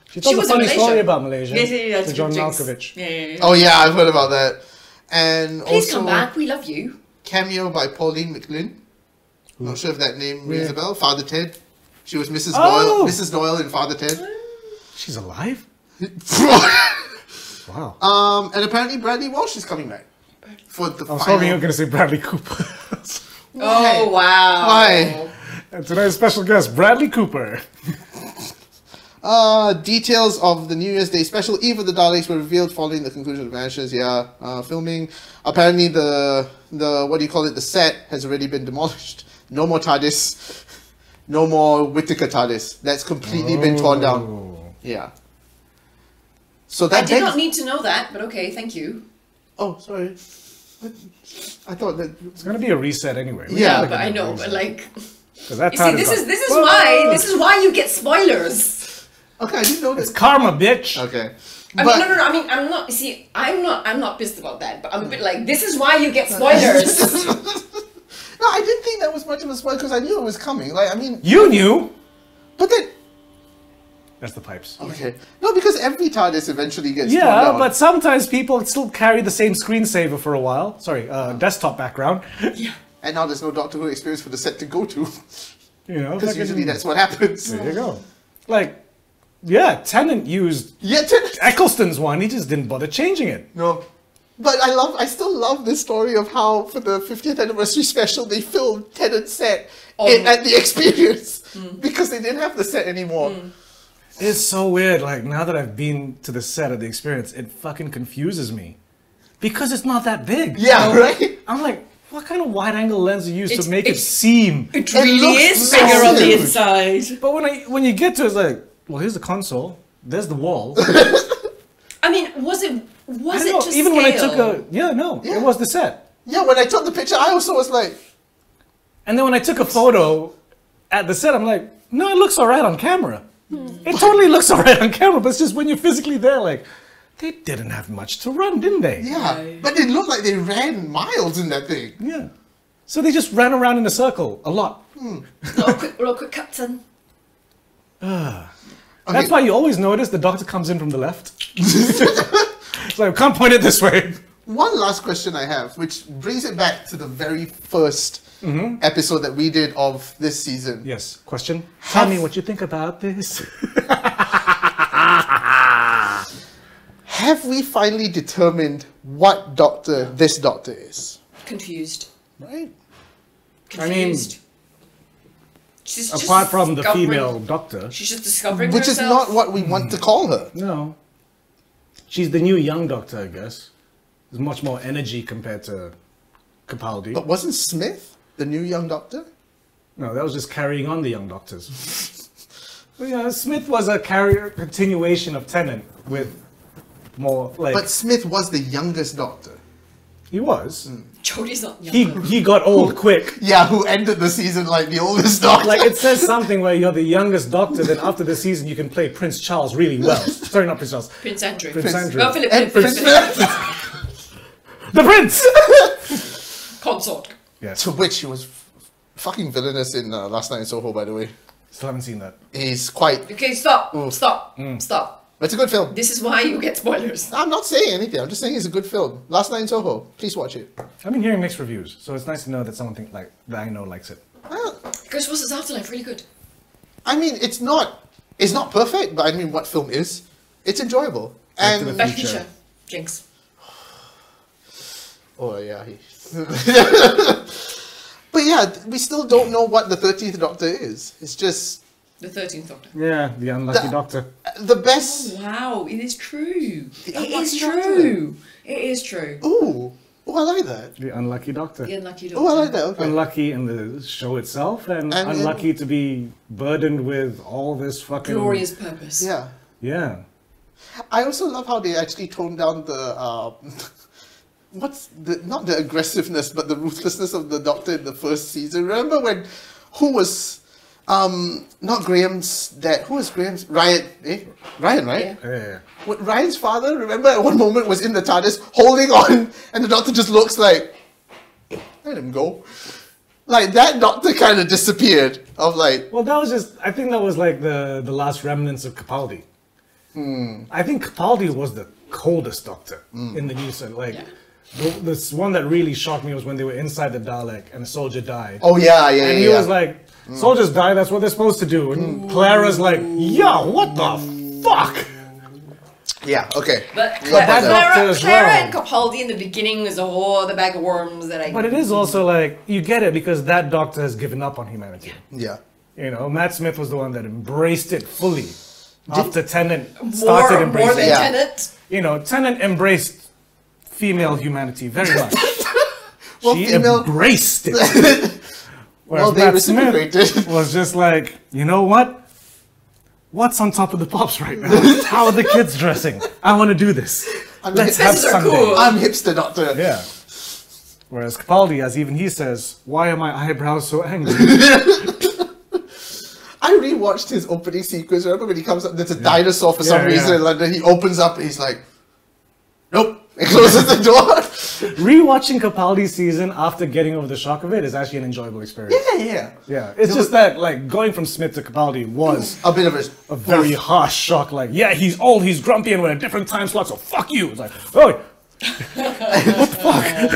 Speaker 2: She told a
Speaker 3: Oh. was in
Speaker 2: funny
Speaker 3: Malaysia.
Speaker 2: story about Malaysia
Speaker 3: Yes, yeah, yeah,
Speaker 2: to
Speaker 3: that's
Speaker 2: John
Speaker 3: Jinx.
Speaker 2: Malkovich.
Speaker 3: Yeah, yeah, yeah.
Speaker 1: oh yeah, I've heard about that. And
Speaker 3: Please
Speaker 1: also
Speaker 3: come back. We love you.
Speaker 1: cameo by Pauline McLean. Not sure if that name rings
Speaker 2: Yeah.
Speaker 1: a bell. Father Ted. She was Mrs.
Speaker 2: Oh!
Speaker 1: Doyle. Mrs. Doyle in Father Ted.
Speaker 2: She's alive? Wow.
Speaker 1: Um, and apparently Bradley Walsh is coming back for the
Speaker 2: I was
Speaker 1: final.
Speaker 2: hoping you were going to say Bradley Cooper.
Speaker 3: Oh wow.
Speaker 1: Why?
Speaker 2: and tonight's special guest, Bradley Cooper.
Speaker 1: Uh, details of the New Year's Day special, Eve of the Daleks, were revealed following the conclusion of Vanishes. Yeah, uh, filming. Apparently, the the what do you call it? The set has already been demolished. No more TARDIS. No more Whittaker TARDIS. That's completely been torn down.
Speaker 2: Oh.
Speaker 1: Yeah. So
Speaker 3: I
Speaker 1: that
Speaker 3: did
Speaker 1: begs-
Speaker 3: not need to know that, but okay, thank you.
Speaker 1: oh, sorry. What? I thought that.
Speaker 2: It's going to be a reset anyway. We
Speaker 3: Yeah,
Speaker 1: Yeah,
Speaker 2: gotta look
Speaker 3: but
Speaker 2: at
Speaker 3: I
Speaker 2: that
Speaker 3: know,
Speaker 2: reset.
Speaker 3: but like,
Speaker 2: 'Cause that
Speaker 3: you see,
Speaker 2: time
Speaker 3: this
Speaker 2: gone.
Speaker 3: is this is why this is why you get spoilers.
Speaker 1: Okay, I didn't know
Speaker 2: It's
Speaker 1: this.
Speaker 2: karma, bitch.
Speaker 1: Okay.
Speaker 3: I
Speaker 1: But-
Speaker 3: mean, no, no, no. I mean, I'm not. you See, I'm not. I'm not pissed about that. But I'm a
Speaker 2: Hmm.
Speaker 3: bit like, this is why you get spoilers.
Speaker 1: No, I didn't think that was much of a spoiler because I knew it was coming. Like, I mean,
Speaker 2: You knew.
Speaker 1: but then
Speaker 2: That's the pipes.
Speaker 3: Oh.
Speaker 1: okay, no, because every TARDIS eventually gets torn
Speaker 2: Yeah,
Speaker 1: down.
Speaker 2: but sometimes people still carry the same screensaver for a while. Sorry,
Speaker 3: Oh.
Speaker 2: uh, desktop background.
Speaker 1: and now there's no Doctor Who experience for the set to go to
Speaker 2: You know,
Speaker 1: because
Speaker 2: fucking-
Speaker 1: usually that's what happens.
Speaker 2: There you go. Like, yeah, Tennant used
Speaker 1: Yet it-
Speaker 2: Eccleston's one. He just didn't bother changing it.
Speaker 1: no. But I love, I still love this story of how for the 50th anniversary special they filmed Tennant set in,
Speaker 3: Oh.
Speaker 1: at the Experience because they didn't have the set anymore.
Speaker 2: It's so weird. Like now that I've been to the set of the experience, it fucking confuses me because it's not that big.
Speaker 1: Yeah,
Speaker 2: You know?
Speaker 1: right?
Speaker 2: I'm like, what kind of wide-angle lens you use
Speaker 3: It's-
Speaker 2: to make it
Speaker 3: it's-
Speaker 2: seem?
Speaker 3: it
Speaker 1: looks
Speaker 3: bigger on the
Speaker 1: massive.
Speaker 3: inside.
Speaker 2: But when I when you get to it, it's like, well, here's the console. There's the wall.
Speaker 3: I mean, was it?
Speaker 2: I
Speaker 3: Was
Speaker 2: don't
Speaker 3: it
Speaker 2: know.
Speaker 3: just
Speaker 2: Even when I
Speaker 3: scale?
Speaker 2: took a yeah, no,
Speaker 1: Yeah.
Speaker 2: it was the set.
Speaker 1: Yeah, when I took the picture, I also was like,
Speaker 2: And then when I took a photo at the set, I'm like, no, it looks all right on camera. It totally looks all right on camera, but it's just when you're physically there, like, they didn't have much to run, didn't they?
Speaker 1: yeah.
Speaker 3: Yeah.
Speaker 1: But they looked like they ran miles in that thing.
Speaker 2: Yeah. So they just ran around in a circle a lot.
Speaker 3: Real quick, real quick, Captain.
Speaker 2: That's why you always notice the doctor comes in from the left. it's like, can't point it this way.
Speaker 1: One last question I have, which brings it back to the very 1st episode that we did of this season.
Speaker 2: Yes. Question? Tell me what you think about this.
Speaker 1: Have we finally determined what doctor this doctor is?
Speaker 3: Confused.
Speaker 2: Right? I mean,
Speaker 3: Confused. She's just
Speaker 2: Apart from the
Speaker 3: discovering-
Speaker 2: female doctor.
Speaker 3: She's just discovering
Speaker 1: Which is
Speaker 3: herself.
Speaker 1: not what we want to call her.
Speaker 2: No. She's the new young doctor, I guess. There's much more energy compared to Capaldi.
Speaker 1: But wasn't Smith the new young doctor?
Speaker 2: No, that was just carrying on the young doctors. But, you know, Smith was a carrier continuation of Tennant with more like
Speaker 1: But Smith was the youngest doctor.
Speaker 2: he was.
Speaker 3: Jodie's not young.
Speaker 2: He he got old quick.
Speaker 1: Yeah, who ended the season like the oldest doctor.
Speaker 2: Like it says something where you're the youngest doctor, then after the season you can play Prince Charles really well. Sorry, not Prince Charles.
Speaker 3: Prince Andrew.
Speaker 2: Prince Andrew.
Speaker 3: Well, Philip,
Speaker 1: and
Speaker 3: Philip,
Speaker 1: Prince
Speaker 3: Philip, Philip,
Speaker 1: Smith,
Speaker 2: The Prince.
Speaker 3: consort.
Speaker 1: to which he was f- fucking villainous in uh, Last Night in Soho, by the way.
Speaker 2: Still haven't seen that.
Speaker 1: He's quite.
Speaker 3: Okay, stop,
Speaker 2: Oh.
Speaker 3: stop,
Speaker 2: Hmm.
Speaker 3: stop.
Speaker 1: It's a good film.
Speaker 3: This is why you get spoilers.
Speaker 1: I'm not saying anything. I'm just saying it's a good film. Last Night in Soho. Please watch it.
Speaker 2: I've been hearing mixed reviews, so it's nice to know that someone think like that I know likes it.
Speaker 1: Well,
Speaker 3: Because Ross's afterlife really good.
Speaker 1: Ah, I mean, it's not. It's not perfect, but I mean, what film is? It's enjoyable.
Speaker 2: to the
Speaker 1: And
Speaker 3: Back
Speaker 2: Future.
Speaker 3: feature. Jinx.
Speaker 1: oh yeah, he. but yeah, we still don't know what the thirteenth Doctor is. It's just
Speaker 3: The 13th Doctor.
Speaker 2: Yeah, the unlucky
Speaker 1: The-
Speaker 2: doctor.
Speaker 1: uh, the best.
Speaker 3: Wow, it is true. It
Speaker 1: unlucky
Speaker 3: is true. It is true.
Speaker 1: Ooh, oh, I like that.
Speaker 2: The unlucky doctor.
Speaker 3: The unlucky doctor.
Speaker 1: Oh, I like that. Okay.
Speaker 2: Unlucky in the show itself, and,
Speaker 1: And-
Speaker 2: unlucky to be burdened with all this fucking
Speaker 3: Glorious purpose.
Speaker 1: yeah.
Speaker 2: Yeah,
Speaker 1: I also love how they actually toned down the um, what's the not the aggressiveness but the ruthlessness of the Doctor in the first season. Remember when who was um not Graham's dad? Who was Graham's Ryan? Eh, Ryan, right?
Speaker 3: Yeah.
Speaker 2: yeah.
Speaker 1: What, Ryan's father. Remember at one moment was in the TARDIS holding on, and the Doctor just looks like let him go. Like that Doctor kind of disappeared. Of like
Speaker 2: Well, that was just. I think that was like the the last remnants of Capaldi.
Speaker 1: Hmm.
Speaker 2: I think Capaldi was the coldest doctor in the news. And like,
Speaker 3: Yeah.
Speaker 2: the, this one that really shocked me was when they were inside the Dalek and a soldier died.
Speaker 1: oh yeah yeah
Speaker 2: and
Speaker 1: yeah. Hmm.
Speaker 2: he was
Speaker 1: yeah.
Speaker 2: like, "Soldiers die. That's what they're supposed to do." And Clara's like, "Yo, what the fuck?"
Speaker 1: yeah okay.
Speaker 3: But
Speaker 1: What
Speaker 3: Clara,
Speaker 1: about that?
Speaker 2: doctor
Speaker 3: Clara,
Speaker 2: as
Speaker 3: Clara
Speaker 2: well.
Speaker 3: and Capaldi in the beginning is a whole other bag of worms that I.
Speaker 2: But it is also like you get it because that doctor has given up on humanity.
Speaker 1: yeah.
Speaker 2: You know, Matt Smith was the one that embraced it fully after Tennant
Speaker 3: more,
Speaker 2: started embracing.
Speaker 3: more than
Speaker 2: it.
Speaker 1: Yeah.
Speaker 3: Tenet.
Speaker 2: You know, Tennant embraced female humanity very much. she
Speaker 1: female-
Speaker 2: embraced it.
Speaker 1: Well,
Speaker 2: Whereas
Speaker 1: they
Speaker 2: Matt Smith
Speaker 1: reciprocated.
Speaker 2: was just like, you know what? What's on top of the pops right now? How are the kids dressing? I want to do this.
Speaker 1: I'm
Speaker 2: Let's
Speaker 1: hip-
Speaker 2: have
Speaker 3: This is our
Speaker 2: Sunday.
Speaker 3: cool.
Speaker 1: I'm hipster doctor.
Speaker 2: Yeah. Whereas Capaldi, as even he says, why are my eyebrows so angry?
Speaker 1: I rewatched his opening sequence. Remember when he comes up? There's a dinosaur for some
Speaker 2: Yeah,
Speaker 1: reason
Speaker 2: yeah.
Speaker 1: in London. He opens up. He's like, "Nope," and closes the door.
Speaker 2: Rewatching Capaldi's season after getting over the shock of it is actually an enjoyable experience.
Speaker 1: yeah, yeah.
Speaker 2: Yeah, it's just that like going from Smith to Capaldi was
Speaker 1: A bit of it.
Speaker 2: a very harsh shock. Like, yeah, he's old, he's grumpy, and we're in a different time slot, so fuck you. It's like, oh,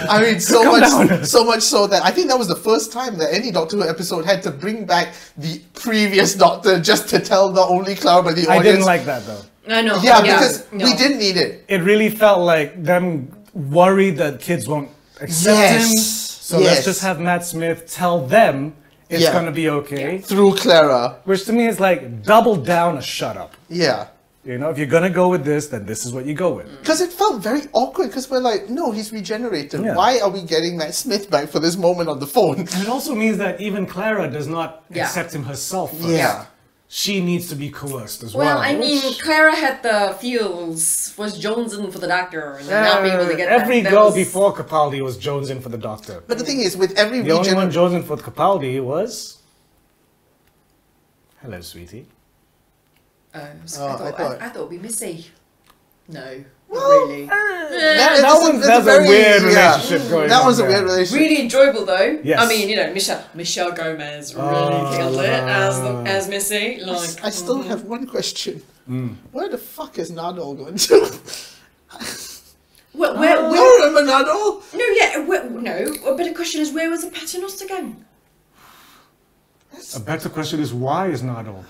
Speaker 1: I mean, so
Speaker 2: Come
Speaker 1: much,
Speaker 2: down.
Speaker 1: so much so that I think that was the first time that any Doctor Who episode had to bring back the previous Doctor just to tell not only Clara but the audience.
Speaker 2: I didn't like that though.
Speaker 3: I know.
Speaker 1: Yeah, because
Speaker 3: no.
Speaker 1: we didn't need it.
Speaker 2: It really felt like them worried that kids won't accept
Speaker 1: Yes,
Speaker 2: him. So
Speaker 1: yes.
Speaker 2: let's just have Matt Smith tell them it's
Speaker 1: Yeah.
Speaker 2: gonna be okay.
Speaker 1: Through Clara.
Speaker 2: Which to me is like double down a shut up.
Speaker 1: Yeah.
Speaker 2: You know, if you're gonna go with this, then this is what you go with.
Speaker 1: Because it felt very awkward because we're like, no, he's regenerated.
Speaker 2: Yeah.
Speaker 1: Why are we getting Matt Smith back for this moment on the phone?
Speaker 2: It also means that even Clara does not
Speaker 3: Yeah.
Speaker 2: accept him herself. First.
Speaker 1: Yeah.
Speaker 2: she needs to be coerced as well.
Speaker 3: Well, I mean, Clara had the feels, was Jones in for the doctor, and not being able to get
Speaker 2: Uh, Every
Speaker 3: that. That
Speaker 2: girl
Speaker 3: was-
Speaker 2: before Capaldi was Jones in for the doctor.
Speaker 1: But the thing is, with every
Speaker 2: The only one
Speaker 1: regener-
Speaker 2: Jones in for Capaldi was. Hello, sweetie.
Speaker 3: Oh, so
Speaker 1: Oh,
Speaker 3: I,
Speaker 1: I
Speaker 3: thought, uh, I,
Speaker 1: thought-
Speaker 3: I thought it'd be Missy. No, not really.
Speaker 1: that,
Speaker 2: That
Speaker 1: that's
Speaker 2: one,
Speaker 1: that's
Speaker 2: that's a
Speaker 1: very-
Speaker 2: weird
Speaker 1: yeah.
Speaker 2: relationship going
Speaker 1: That
Speaker 2: on
Speaker 1: was a
Speaker 2: there.
Speaker 1: weird relationship.
Speaker 3: Really enjoyable though.
Speaker 2: Yes.
Speaker 3: I mean, you know, Michelle Michelle Gomez really killed it as the, as Missy. Like,
Speaker 1: I still have one question.
Speaker 2: Mm.
Speaker 1: Where the fuck is Nadal going to?
Speaker 3: where, where,
Speaker 1: I
Speaker 3: where,
Speaker 1: don't remember Nadal.
Speaker 3: no, yeah, where, no. But the question is, where was the Paternoster gang?
Speaker 2: A better Uh, question is why is Nardole?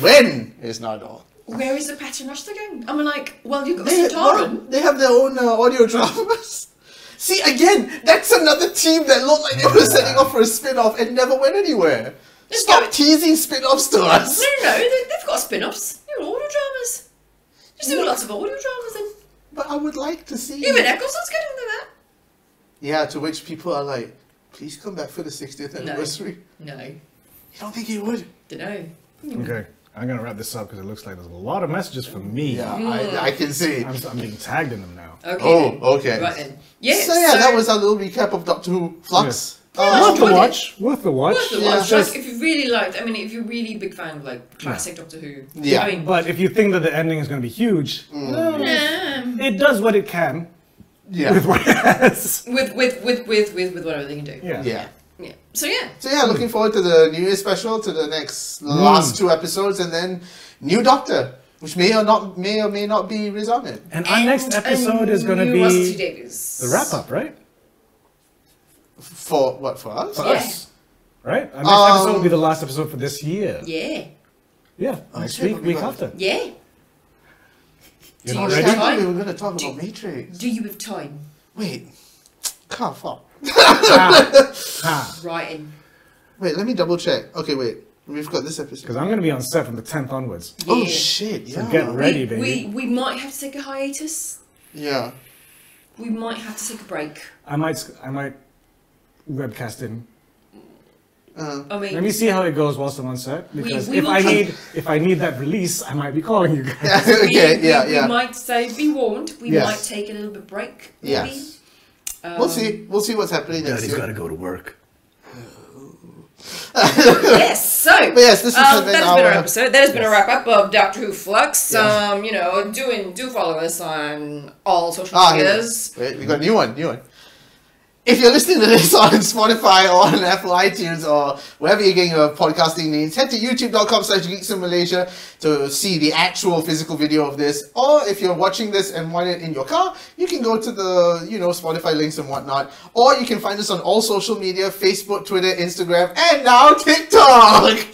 Speaker 1: When is Nadal?
Speaker 3: Where is the Paternoster gang? I'm like, well, you got
Speaker 1: They,
Speaker 3: Santorin.
Speaker 1: they have their own uh, audio dramas. See, again, that's another team that looked like they were setting off for a spin off and never went anywhere.
Speaker 3: Let's go.
Speaker 1: Stop teasing spin offs to
Speaker 3: No,
Speaker 1: us.
Speaker 3: no, no. They, they've got spin-offs. They're audio dramas. There's still lots of audio dramas, and
Speaker 1: But I would like to see.
Speaker 3: even Eccleston's good into that.
Speaker 1: Yeah, to which people are like, please come back for the 60th anniversary.
Speaker 3: No,
Speaker 1: You don't think he would?
Speaker 3: don't know.
Speaker 2: Okay, I'm gonna wrap this up because it looks like there's a lot of messages for me.
Speaker 1: Yeah, I, I can see.
Speaker 2: I'm, I'm being tagged in them now.
Speaker 3: Okay.
Speaker 1: Oh,
Speaker 3: then.
Speaker 1: okay.
Speaker 3: Right then. Yeah.
Speaker 1: so yeah, that was our little recap of Doctor Who Flux. Uh,
Speaker 2: worth the
Speaker 3: enjoyed it.
Speaker 2: watch. Worth the watch.
Speaker 3: Worth the
Speaker 1: Yeah.
Speaker 3: watch.
Speaker 2: Just-
Speaker 3: Like, if you really liked, I mean, if you're really big fan of like classic Doctor Who,
Speaker 1: Yeah.
Speaker 3: I mean,
Speaker 2: But if you think that the ending is gonna be huge,
Speaker 3: Mm.
Speaker 2: well, it does what it can.
Speaker 1: yeah,
Speaker 2: Yes.
Speaker 3: with with with with with with whatever they can do.
Speaker 2: Yeah.
Speaker 1: yeah.
Speaker 3: Yeah. So yeah.
Speaker 1: So yeah, looking forward to the New Year special, to the next
Speaker 2: Mm.
Speaker 1: last two episodes, and then New Doctor, which may or not may or may not be Riz Ahmed.
Speaker 2: And our next
Speaker 3: And-
Speaker 2: episode is gonna
Speaker 3: and
Speaker 2: be
Speaker 3: Rusty Davies.
Speaker 2: the wrap up, right?
Speaker 1: For what for us?
Speaker 2: For
Speaker 3: Yeah.
Speaker 2: us. Right? Our next episode will be the last episode for this year.
Speaker 3: Um, Yeah.
Speaker 2: Yeah. Next
Speaker 1: shit,
Speaker 2: week,
Speaker 1: that'll be
Speaker 2: week
Speaker 1: good.
Speaker 2: after.
Speaker 3: Yeah. Do
Speaker 2: You're not
Speaker 3: you-
Speaker 1: I
Speaker 2: ready?
Speaker 1: thought we were going to talk about Matrix.
Speaker 3: Do you have time?
Speaker 1: Wait, can't fuck.
Speaker 2: Ah. Ah.
Speaker 3: Writing.
Speaker 1: Wait, let me double check. Okay, wait, we've got this episode.
Speaker 2: Because I'm gonna be on set from the 10th onwards.
Speaker 3: Yeah.
Speaker 1: Oh shit! Yeah,
Speaker 2: Get ready,
Speaker 3: we,
Speaker 2: baby.
Speaker 3: we we might have to take a hiatus.
Speaker 1: yeah.
Speaker 3: We might have to take a break.
Speaker 2: I might, sc- I might webcast in.
Speaker 1: Uh,
Speaker 3: I mean,
Speaker 2: Let me see how it goes whilst I'm on set. Because
Speaker 3: we
Speaker 2: if
Speaker 3: will
Speaker 2: I
Speaker 3: keep-
Speaker 2: need, if I need that release, I might be calling you guys.
Speaker 3: we-
Speaker 1: okay,
Speaker 3: we-
Speaker 1: yeah,
Speaker 3: we
Speaker 1: yeah.
Speaker 3: might say be warned. We
Speaker 2: Yes.
Speaker 3: might take a little bit break. Maybe.
Speaker 1: Yes. we'll see. We'll see what's happening next year.
Speaker 2: go to work.
Speaker 3: yes. So.
Speaker 1: But yes, this has
Speaker 3: um,
Speaker 1: been
Speaker 3: that has
Speaker 1: our
Speaker 3: been our episode. That has been a
Speaker 2: Yes.
Speaker 3: wrap up of Doctor Who Flux. Um, you know, doing do follow us on all social
Speaker 1: Ah, here.
Speaker 3: medias.
Speaker 1: Wait, we got a new one, new one. If you're listening to this on Spotify or on Apple iTunes or wherever you're getting your podcasting needs, head to youtube.com slash geeks in Malaysia to see the actual physical video of this. Or if you're watching this and want it in your car, you can go to the, you know, Spotify links and whatnot. Or you can find us on all social media, Facebook, Twitter, Instagram, and now TikTok.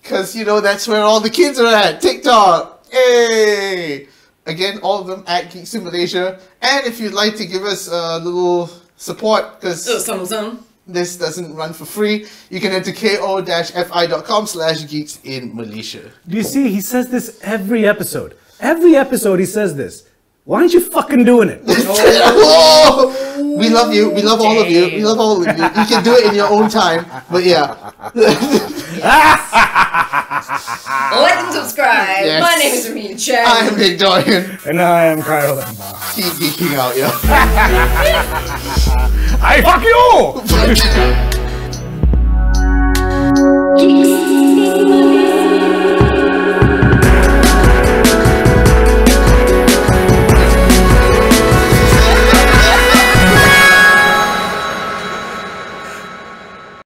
Speaker 1: Because, you know, that's where all the kids are at. TikTok. Hey! Again, all of them at Geeks in Malaysia. And if you'd like to give us a little support,
Speaker 3: So,
Speaker 1: because
Speaker 3: some some.
Speaker 1: this doesn't run for free, you can enter ko-fi.com slash geeks in Malaysia.
Speaker 2: Do you see? He says this every episode. Every episode, he says this. Why aren't you fucking doing it?
Speaker 1: Oh! We love you. We love all of you. We love all of you. You can do it in your own time. But yeah.
Speaker 3: Like and subscribe.
Speaker 1: Yes.
Speaker 3: My name is Ramina Chen.
Speaker 1: I'm Big Dorian.
Speaker 2: and I am Kyle Lamba.
Speaker 1: Keep geeking out, yeah.
Speaker 2: I fuck you!
Speaker 4: Geeks